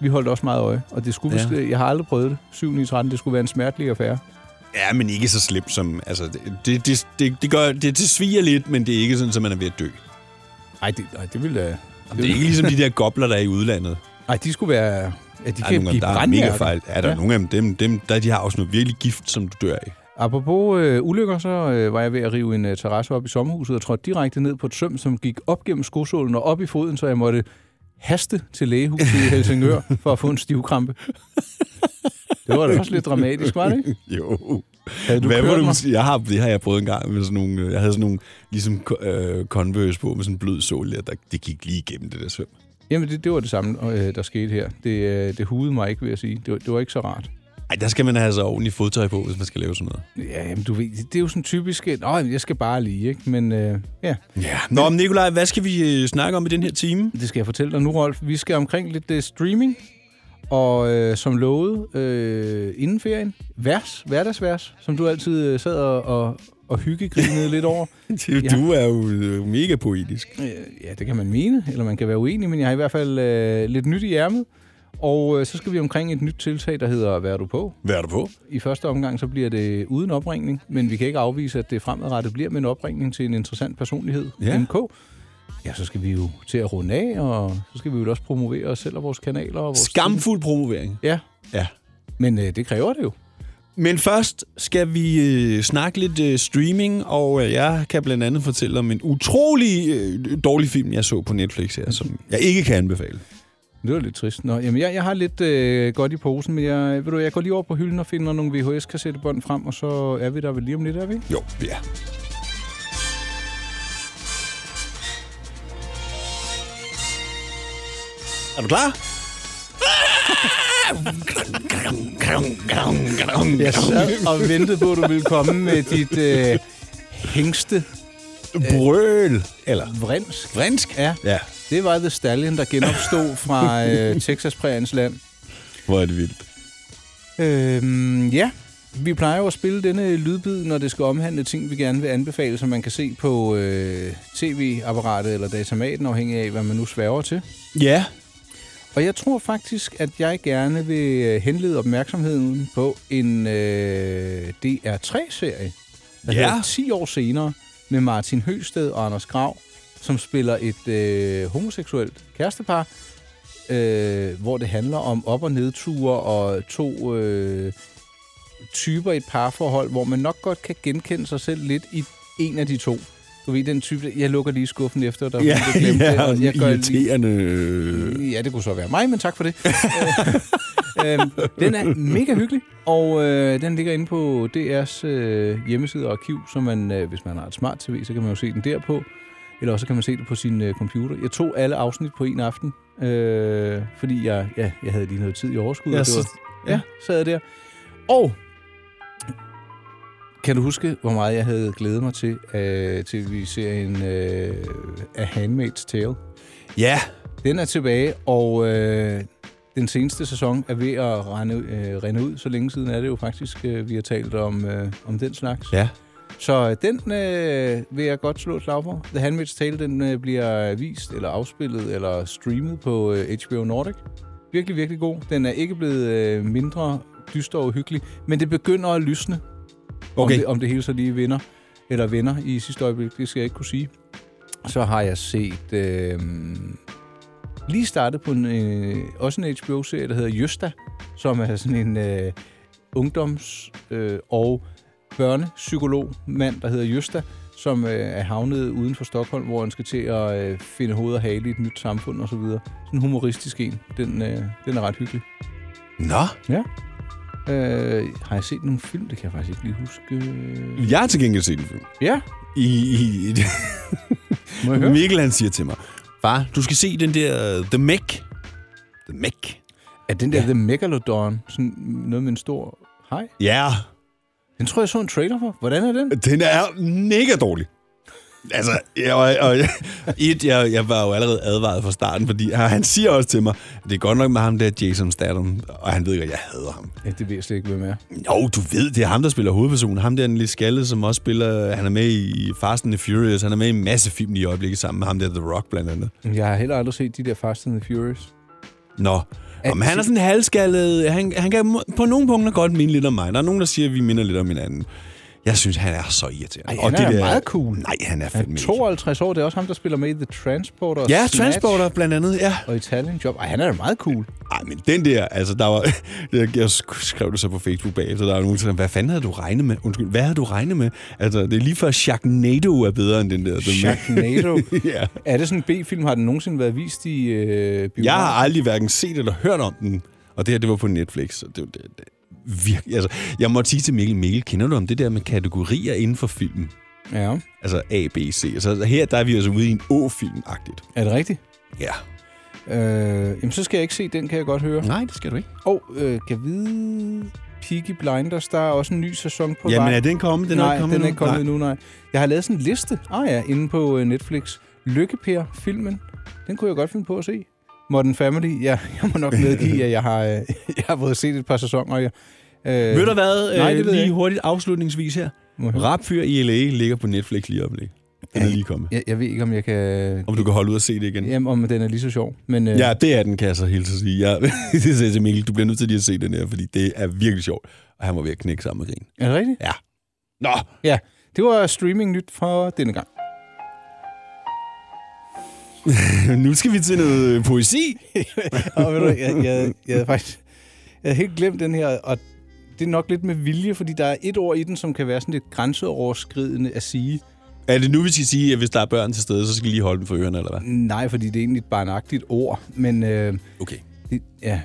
S2: Vi holdt også meget øje, og det skulle,
S3: Ja.
S2: ja. jeg har aldrig prøvet det. 7, 9, 13, det skulle være en smertelig affære.
S3: Ja, men ikke så slemt som... Altså, det, det, det, det, det, gør, det, det sviger lidt, men det er ikke sådan, at man er ved at dø.
S2: Ej, det, ej, det ville da...
S3: Det er ikke ligesom de der gobler, der er i udlandet.
S2: Ej, de skulle være... Ja, de
S3: Der er
S2: kan
S3: nogle af
S2: blive
S3: dem, der er mega
S2: brandmærker.
S3: fejl. Ja, der ja.
S2: Ja.
S3: er nogle af dem, dem, dem der, de har også noget virkelig gift, som du dør af.
S2: Apropos øh, ulykker, så øh, var jeg ved at rive en øh, terrasse op i sommerhuset og trådte direkte ned på et søm, som gik op gennem skosålen og op i foden, så jeg måtte haste til lægehuset i Helsingør for at få en stivkrampe. Det var da også lidt dramatisk, var det ikke?
S3: Jo.
S2: Havde du
S3: Hvad
S2: kørt
S3: var
S2: mig?
S3: det, du, jeg har, det har jeg prøvet en gang med sådan nogle, øh, jeg havde sådan nogle ligesom øh, Converse på med sådan en blød sål, der, der, det gik lige igennem det der svøm.
S2: Jamen, det, det var det samme, øh, der skete her. Det, øh, det hudede mig ikke, vil jeg sige. Det var, det var ikke så rart.
S3: Ej, der skal man have så ordentligt fodtøj på, hvis man skal lave sådan noget.
S2: Ja, jamen, du ved, det er jo sådan typisk, at "Nå, jeg skal bare lige, ikke? Men øh, ja,
S3: Ja. Nå, men Nikolaj, hvad skal vi øh, snakke om i den her time?
S2: det skal jeg fortælle dig nu, Rolf. Vi skal omkring lidt øh, streaming, og øh, som lovet øh, inden ferien, vers, hverdagsvers, som du altid øh, sad og, og, og hyggegrinede lidt over.
S3: Du, du er jo øh, mega poetisk.
S2: Øh, ja, det kan man mene, eller man kan være uenig, men jeg har i hvert fald øh, lidt nyt i ærmet. Og øh, så skal vi omkring et nyt tiltag, der hedder Hvad er du på?
S3: Hvad er du på?
S2: I første omgang så bliver det uden opringning, men vi kan ikke afvise, at det fremadrettet bliver med en opringning til en interessant personlighed,
S3: Ja.
S2: ja. MK. Ja, så skal vi jo til at runde af, og så skal vi jo også promovere os selv og vores kanaler. Og vores
S3: Skamfuld promovering.
S2: Ja,
S3: Ja.
S2: men øh, det kræver det jo.
S3: Men først skal vi øh, snakke lidt øh, streaming, og øh, jeg kan blandt andet fortælle om en utrolig øh, dårlig film, jeg så på Netflix her, som jeg ikke kan anbefale.
S2: Det var lidt trist. Nå, jamen, jeg, jeg har lidt øh, godt i posen, men jeg, ved du, jeg går lige over på hylden og finder nogle VHS-kassettebånd frem, og så er vi der vel lige om lidt, er vi? ikke?
S3: Jo, ja. Er du klar?
S2: Jeg sad og ventede på, at du ville komme med dit øh, hængste
S3: Brøl. Eller
S2: vrinsk.
S3: fransk?
S2: Ja.
S3: Ja,
S2: Det var The Stallion, der genopstod fra øh, Texas præriens land.
S3: hvor er det vildt.
S2: Øhm, ja, vi plejer jo at spille denne lydbid, når det skal omhandle ting, vi gerne vil anbefale, som man kan se på øh, tv-apparatet eller datamaten, afhængig af, hvad man nu sværger til.
S3: Ja.
S2: Og jeg tror faktisk, at jeg gerne vil øh, henlede opmærksomheden på en øh, DR3-serie,
S3: Ja.
S2: der hedder 10 år senere, med Martin Høsted og Anders Grav, som spiller et øh, homoseksuelt kærestepar, øh, hvor det handler om op- og nedture og to øh, typer i et parforhold, hvor man nok godt kan genkende sig selv lidt i en af de to. Du ved, den type, jeg lukker lige skuffen efter dig.
S3: Ja,
S2: fordi du glemte det,
S3: ja,
S2: og
S3: og
S2: jeg gør lige-
S3: irriterende... øh,
S2: Ja, det kunne så være mig, men tak for det. Øh, øhm, den er mega hyggelig, og øh, den ligger inde på DR's øh, hjemmeside og arkiv, så man, øh, hvis man har et smart tv, så kan man jo se den derpå. Eller også kan man se det på sin øh, computer. Jeg tog alle afsnit på en aften, øh, fordi jeg, ja, jeg havde lige noget tid i overskud.
S3: Ja,
S2: og det
S3: så-
S2: var, ja, sad jeg der. Og kan du huske, hvor meget jeg havde glædet mig til øh, tv-serien øh, A Handmaid's Tale?
S3: Ja,
S2: Den er tilbage, og øh, den seneste sæson er ved at rende, øh, rende ud. Så længe siden er det jo faktisk, øh, vi har talt om, øh, om den slags.
S3: ja.
S2: Så øh, den øh, vil jeg godt slå et slag for. The Handmaid's Tale, den øh, bliver vist, eller afspillet, eller streamet på øh, HBO Nordic. Virkelig, virkelig god. Den er ikke blevet øh, mindre dyster og uhyggelig, men det begynder at lysne.
S3: Okay.
S2: Om, det, om det hele så lige vinder, eller vinder i sidste øjeblik, det skal jeg ikke kunne sige. Så har jeg set... Øh, lige startet på en, øh, også en HBO-serie, der hedder Jøsta, som er sådan en øh, ungdoms- øh, og børnepsykolog-mand, der hedder Jøsta, som øh, er havnet uden for Stockholm, hvor han skal til at øh, finde hoved og hale i et nyt samfund osv. Så videre. Sådan en humoristisk en. Den, øh, den er ret hyggelig.
S3: Nå,
S2: Øh, har jeg set nogle film? Det kan jeg faktisk ikke lige huske. Øh,
S3: jeg har til gengæld set en film.
S2: Ja,
S3: I, i, i
S2: må jeg høre?
S3: Mikkel han siger til mig, far, du skal se den der øh, The Mech. The Mech?
S2: Er den der The Megalodon sådan noget med en stor hej?
S3: Ja,
S2: Den tror jeg, så en trailer for. Hvordan er den?
S3: den er mega dårlig. Altså, jeg, var- og, jeg, et, jeg, jeg var jo allerede advaret fra starten, fordi han han siger også til mig, det er godt nok med ham der Jason Statham, og han ved ikke, at jeg hader ham.
S2: Ja, det ved jeg slet ikke, hvem er.
S3: Jo, du ved, det er ham, der spiller hovedpersonen. Ham der, den lidt skaldet, som også spiller... Han er med i Fast and the Furious. Han er med i en masse film lige i øjeblikket sammen med ham der The Rock, blandt andet.
S2: Jeg har heller aldrig set de der Fast and the Furious.
S3: Nå,
S2: At-
S3: Om han er sådan halvskaldet. Han, han kan må- på nogle punkter godt minde lidt om mig. Der er nogen, der siger, at vi minder lidt om hinanden. Jeg synes, han er så irriterende.
S2: Ej, han er
S3: der-
S2: meget cool.
S3: Nej, han er
S2: Han
S3: fandme
S2: er
S3: ikke.
S2: 52 år, det er også ham, der spiller med i The Transporter. og
S3: Ja,
S2: Snatch
S3: Transporter blandt andet, ja.
S2: Og Italian Job. Ej, han er da meget cool.
S3: Ej, men den der, altså der var... Jeg, jeg sk- skrev det så på Facebook bagefter, der var nogen, der sagde, hvad fanden havde du regnet med? Undskyld, hvad havde du regnet med? Altså, det er lige før Sharknado er bedre end den der. The Mac.
S2: Sharknado.
S3: ja.
S2: Er det sådan en B-film? Har den nogensinde været vist i øh, biografen?
S3: Jeg har aldrig hverken set eller hørt om den, og det her, det var på Netflix, så det, det, det virkelig... Altså, jeg må sige til Mikkel, Mikkel, kender du om det der med kategorier inden for filmen?
S2: Ja.
S3: Altså A, B, C. Altså her der er vi altså ude i en Å-film-agtigt.
S2: Er det rigtigt?
S3: Ja.
S2: Øh, jamen, så skal jeg ikke se den, kan jeg godt høre.
S3: Nej, det skal du ikke.
S2: Og øh, kan vide... Peaky Blinders, der er også en ny sæson på
S3: Jamen
S2: vej.
S3: er den kommet? Den er
S2: nej,
S3: ikke kommet
S2: den
S3: endnu.
S2: er ikke kommet endnu, nej. Jeg har lavet sådan en liste, ah ja, inde på øh, Netflix. Lykkepær, filmen, den kunne jeg godt finde på at se. Modern Family, ja, jeg må nok medgive, at jeg har, øh, jeg har fået set et par sæsoner. og Jeg, øh,
S3: Ved du hvad,
S2: Nej,
S3: Nej,
S2: det ved
S3: det
S2: jeg
S3: lige
S2: ikke.
S3: hurtigt afslutningsvis her.
S2: Må jeg høre?
S3: Rapfyr i L.A. ligger på Netflix lige om lidt. Den er lige kommet.
S2: Jeg, jeg ved ikke, om jeg kan...
S3: Om du kan holde ud og se det igen.
S2: Jamen, om den er lige så sjov. Men øh,
S3: Ja, det er den, kan jeg så helt så sige. Jeg, det sagde jeg til Mikkel, du bliver nødt til lige at se den her, fordi det er virkelig sjovt. Og han var ved at knække sammen med grin.
S2: er det rigtigt?
S3: Ja. Nå,
S2: Ja, det var streaming nyt for denne gang.
S3: nu skal vi til noget poesi.
S2: og ved du, jeg, jeg, jeg havde faktisk jeg havde helt glemt den her, og det er nok lidt med vilje, fordi der er et ord i den, som kan være sådan lidt grænseoverskridende at sige.
S3: Er det nu, vi skal sige, at hvis der er børn til stede, så skal I lige holde dem for ørerne, eller hvad?
S2: Nej, fordi det er egentlig et barnagtigt ord, men øh,
S3: Okay.
S2: det, ja.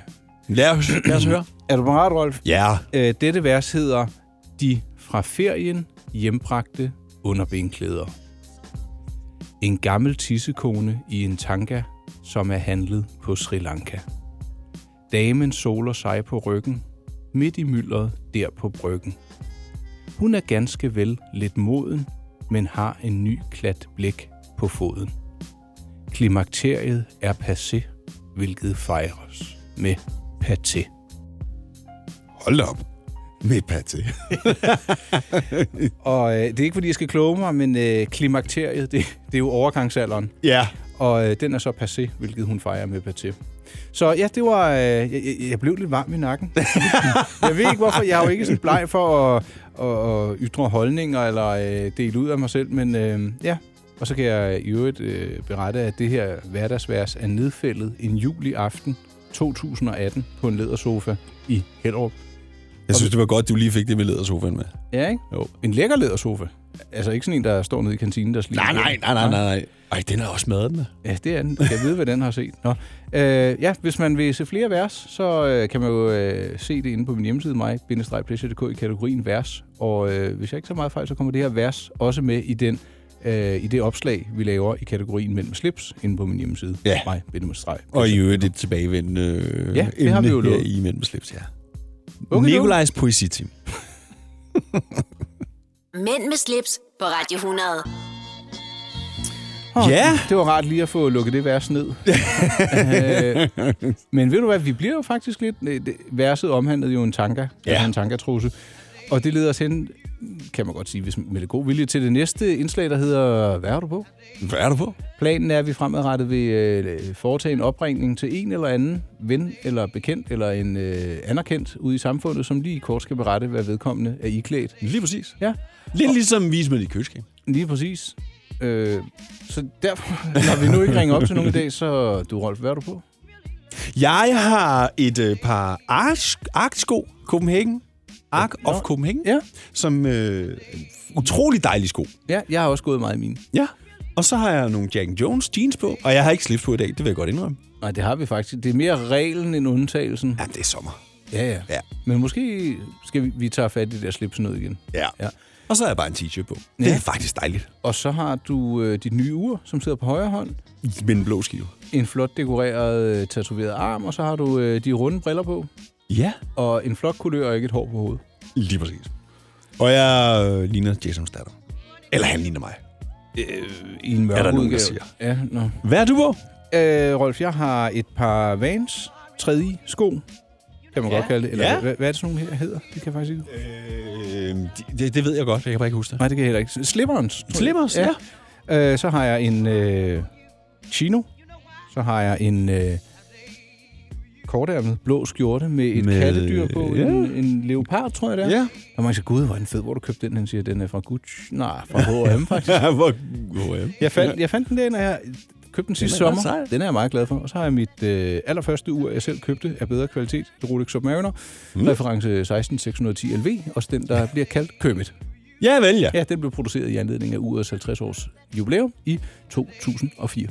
S3: Lad os, lad os høre.
S2: Er du parat, Rolf?
S3: Ja.
S2: Øh, dette vers hedder De fra ferien hjembragte underbenklæder. En gammel tissekone i en tanka, som er handlet på Sri Lanka. Damen soler sig på ryggen, midt i myldret der på bryggen. Hun er ganske vel lidt moden, men har en ny klat blik på foden. Klimakteriet er passé, hvilket fejres med paté.
S3: Hold da op. Med paté.
S2: Og øh, det er ikke, fordi jeg skal kloge mig, men øh, klimakteriet, det, det er jo overgangsalderen.
S3: Ja.
S2: Og øh, den er så passé, hvilket hun fejrer med paté. Så ja, det var... Øh, jeg, jeg- jeg blev lidt varm i nakken. jeg ved ikke, hvorfor. Jeg er jo ikke sådan bleg for at, at, at ytre holdninger eller øh, dele ud af mig selv, men øh, ja. Og så kan jeg i øvrigt øh, berette, at det her hverdagsvers er nedfældet en juliaften 2018 på en ledersofa i Hellerup.
S3: Jeg synes, det var godt, du lige fik det med ledersofaen med.
S2: Ja, ikke?
S3: Jo.
S2: En lækker ledersofa. Altså ikke sådan en, der står nede i kantinen, der slider.
S3: Nej, nej, nej, nej, nej. nej. Ej, den er også med, den er.
S2: Ja, det er den. Jeg ved, hvad den har set. Nå. Øh, ja, hvis man vil se flere vers, så øh, kan man jo øh, se det inde på min hjemmeside, mig i kategorien vers. Og øh, hvis jeg ikke tager meget fejl, så kommer det her vers også med i den øh, i det opslag, vi laver i kategorien mellem slips inde på min hjemmeside.
S3: Ja.
S2: Mig,
S3: Og i øvrigt et tilbagevendende øh,
S2: Ja, det har vi
S3: emne
S2: jo
S3: her
S2: lovet.
S3: i Mellemslips, ja.
S2: Okay,
S3: Okay, Nikolajs poesiteam.
S1: Mænd med slips på Radio 100.
S2: Oh,
S3: Ja.
S2: Det var rart lige at få lukket det vers ned. øh, men ved du hvad, vi bliver jo faktisk lidt... øh, det- Verset omhandlede jo en tanker,
S3: Ja.
S2: ja. en tankertrusse. Og det leder os hen, kan man godt sige, hvis med det god vilje, til det næste indslag, der hedder... Hvad har du på?
S3: Hvad er du på?
S2: Planen er, at vi fremadrettet vil øh, foretage en opringning til en eller anden ven eller bekendt eller en øh, anerkendt ude i samfundet, som lige kort skal berette, hvad vedkommende er iklædt.
S3: Lige præcis.
S2: Ja,
S3: Lidt ligesom vis med i køleskab.
S2: Lige præcis. Øh, så derfor, når vi nu ikke ringer op til nogen i dag, så du, Rolf, hvad er du på?
S3: Jeg har et øh, par Ark- Ark-sko, Copenhagen. Ark of Copenhagen,
S2: Ja.
S3: som øh, utrolig dejlig sko.
S2: Ja, jeg har også gået meget i mine.
S3: Ja. Og så har jeg nogle Jack Jones jeans på, og jeg har ikke slips på i dag, det vil jeg godt indrømme.
S2: Nej, det har vi faktisk. Det er mere reglen end undtagelsen.
S3: Ja, det er sommer.
S2: Ja, ja.
S3: Ja.
S2: Men måske skal vi, vi tage fat i det der slipsen ud igen.
S3: Ja.
S2: Ja.
S3: ja. Og så har jeg bare en t-shirt på. Ja. Det er faktisk dejligt.
S2: Og så har du øh, dit nye ur, som sidder på højre hånd.
S3: Med en blå skive.
S2: En flot dekoreret, øh, tatoveret arm. Og så har du øh, de runde briller på.
S3: Ja,
S2: Og en flot kulør og ikke et hår på hovedet.
S3: lige præcis. Og jeg øh, ligner Jason Statham. Eller han ligner mig.
S2: Øh, I en mørk
S3: Er der nogen, der
S2: udgave.
S3: siger?
S2: Ja, nå.
S3: Hvad er du på?
S2: Øh, Rolf, jeg har et par Vans 3 sko. Kan man ja. godt kalde det. Eller ja.
S3: Ja.
S2: hvad, hvad er det sådan nogle her hedder? Det kan jeg faktisk ikke.
S3: Øh, det, det ved jeg godt, jeg kan bare ikke huske det.
S2: Nej, det kan jeg heller ikke. Slippers. tror jeg.
S3: Slippers, ja.
S2: Øh, så har jeg en øh, chino. Så har jeg en øh, kortærmet blå skjorte med et med,
S3: Med-
S2: kattedyr på. Ja.
S3: ja.
S2: En, en leopard, tror jeg det er.
S3: Ja.
S2: Og man siger, gud, hvor er den fed. Hvor har du købte den? Han siger, den er fra Gucci. Nej, fra H&M faktisk.
S3: Hvor, hvor er
S2: Jeg fandt, jeg fandt den der, når jeg købte den sidste
S3: Den er ret
S2: sommer.
S3: sej.
S2: Den er jeg meget glad for. Og så har jeg mit øh, allerførste ur, jeg selv købte, af bedre kvalitet. Et Rolex Submariner. Mm. Reference 16610 LV. Også den, der bliver kaldt Kermit.
S3: Ja, vel, ja.
S2: Ja, den blev produceret i anledning af urets 50 års jubilæum i 2004.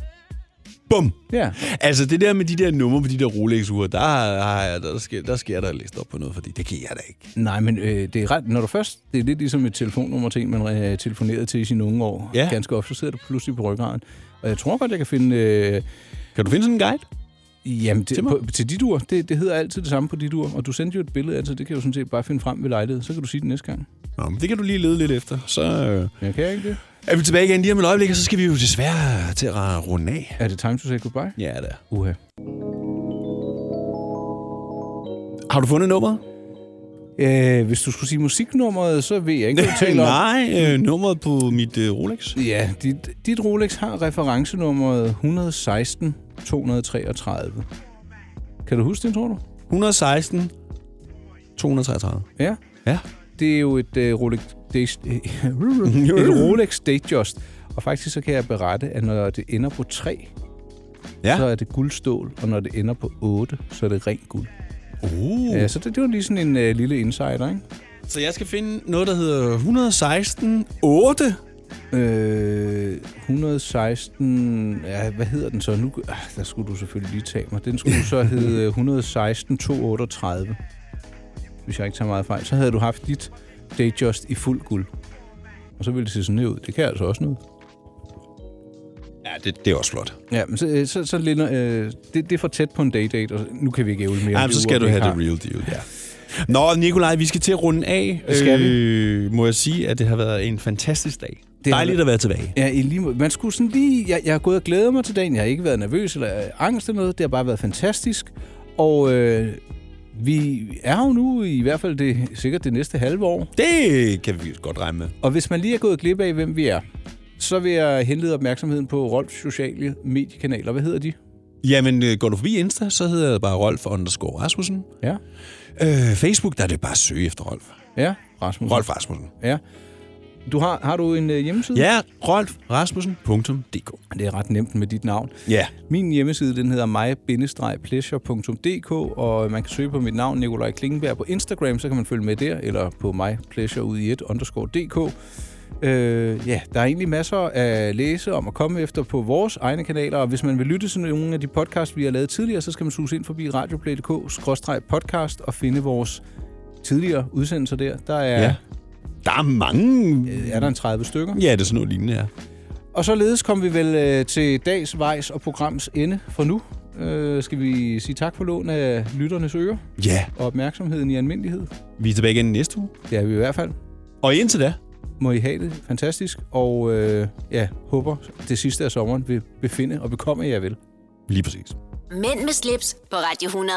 S3: Bum!
S2: Ja.
S3: Altså, det der med de der numre på de der Rolex-ure, der, har jeg- der, sker, der sker der læst op på noget, fordi det kan jeg da ikke.
S2: Nej, men øh, det er ret, når du først, det er lidt ligesom et telefonnummer til en, man øh, telefonerede til i sine unge år.
S3: Ja.
S2: Ganske ofte, så sidder det pludselig på ryggraden. Og jeg tror godt, jeg kan finde... Øh,
S3: Kan du finde sådan en guide?
S2: jamen, det,
S3: Til
S2: til,
S3: mig?
S2: på, til dit ur. Det, det hedder altid det samme på dit ur. Og du sendte jo et billede, altså det kan du sådan set bare finde frem ved lejlighed. Så kan du sige det næste gang.
S3: Nå, men det kan du lige lede lidt efter. Så øh,
S2: Jeg kan jeg ikke det.
S3: er vi tilbage igen lige om et øjeblik, og så skal vi jo desværre til at runde af.
S2: Er det time to say goodbye?
S3: Ja, det er.
S2: Uha.
S3: Har du fundet nummeret?
S2: Øh, hvis du skulle sige musiknummeret, så ved jeg ikke, hvad du taler om.
S3: Nej, øh, nummeret på mit øh, Rolex.
S2: Ja, dit, dit Rolex har referencenummeret 116 233. Kan du huske det, tror du?
S3: 116 233.
S2: Ja.
S3: Ja.
S2: Det er jo et øh, Rolex, day, et Rolex Datejust. Og faktisk så kan jeg berette, at når det ender på 3,
S3: Ja.
S2: ja. så er det guldstål, og når det ender på 8, så er det rent guld.
S3: Uh.
S2: Ja, så det, det var lige sådan en øh, lille insider, ikke?
S3: Så jeg skal finde noget, der hedder 116 8.
S2: Øh, 116... Ja, hvad hedder den så? Nu, ah, der skulle du selvfølgelig lige tage mig. Den skulle så hedde øh, 116 238. Hvis jeg ikke tager meget fejl. Så havde du haft dit Datejust i fuld guld. Og så ville det se sådan her ud. Det kan altså også noget.
S3: Ja, det, det er også flot.
S2: Ja, men så, øh, så, så linder, øh, det, det er for tæt på en day-date, og nu kan vi ikke ævle mere.
S3: Ja,
S2: om de
S3: så
S2: uger,
S3: skal du
S2: vi
S3: have
S2: har.
S3: det real deal. Ja. Nå, Nikolaj, vi skal til at runde af.
S2: Skal vi?
S3: Øh, må jeg sige, at det har været en fantastisk dag. Det
S2: har
S3: Dejligt
S2: været-
S3: at være tilbage.
S2: Ja, i lige måde. Man skulle sådan lige... Jeg, jeg har gået og glædet mig til dagen. Jeg har ikke været nervøs eller øh, angst eller noget. Det har bare været fantastisk. Og øh, vi er jo nu i hvert fald det, sikkert det næste halve år.
S3: Det kan vi godt regne med.
S2: Og hvis man lige er gået glip af, hvem vi er, så vil jeg henlede opmærksomheden på Rolfs sociale mediekanaler. Hvad hedder de?
S3: Jamen, øh, går du forbi Insta, så hedder det bare Rolf underscore Rasmussen.
S2: Ja.
S3: Øh, Facebook, der er det bare at søge efter Rolf.
S2: Ja, Rasmus.
S3: Rolf Rasmussen.
S2: Ja. Du har, har du en øh, hjemmeside?
S3: Ja, rolfrasmussen.dk.
S2: Det er ret nemt med dit navn.
S3: Ja.
S2: Min hjemmeside, den hedder mig-pleasure.dk, og man kan søge på mit navn, Nikolaj Klingenberg, på Instagram, så kan man følge med der, eller på mig-pleasure ud i et underscore dk. Øh, ja, der er egentlig masser at læse om at komme efter på vores egne kanaler, og hvis man vil lytte til nogle af de podcasts, vi har lavet tidligere, så skal man suge ind forbi radioplay.dk-podcast og finde vores tidligere udsendelser der. Der er,
S3: Ja.
S2: ja.
S3: Der er mange... Øh,
S2: er der en 30 stykker.
S3: Ja, det er sådan noget lignende her.
S2: Og således kom vi vel øh, til dags, vejs og programs ende for nu. Øh, skal vi sige tak for lån af lytternes ører
S3: Ja,
S2: og opmærksomheden i almindelighed?
S3: vi er tilbage igen næste uge.
S2: Det er vi i hvert fald.
S3: Og indtil da,
S2: Må I have det fantastisk, og øh, ja, håber det sidste af sommeren vil befinde og bekomme jer vel.
S3: lige præcis.
S1: Mænd med slips på Radio 100.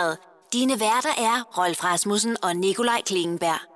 S1: Dine værter er Rolf Rasmussen og Nikolaj Klingenberg.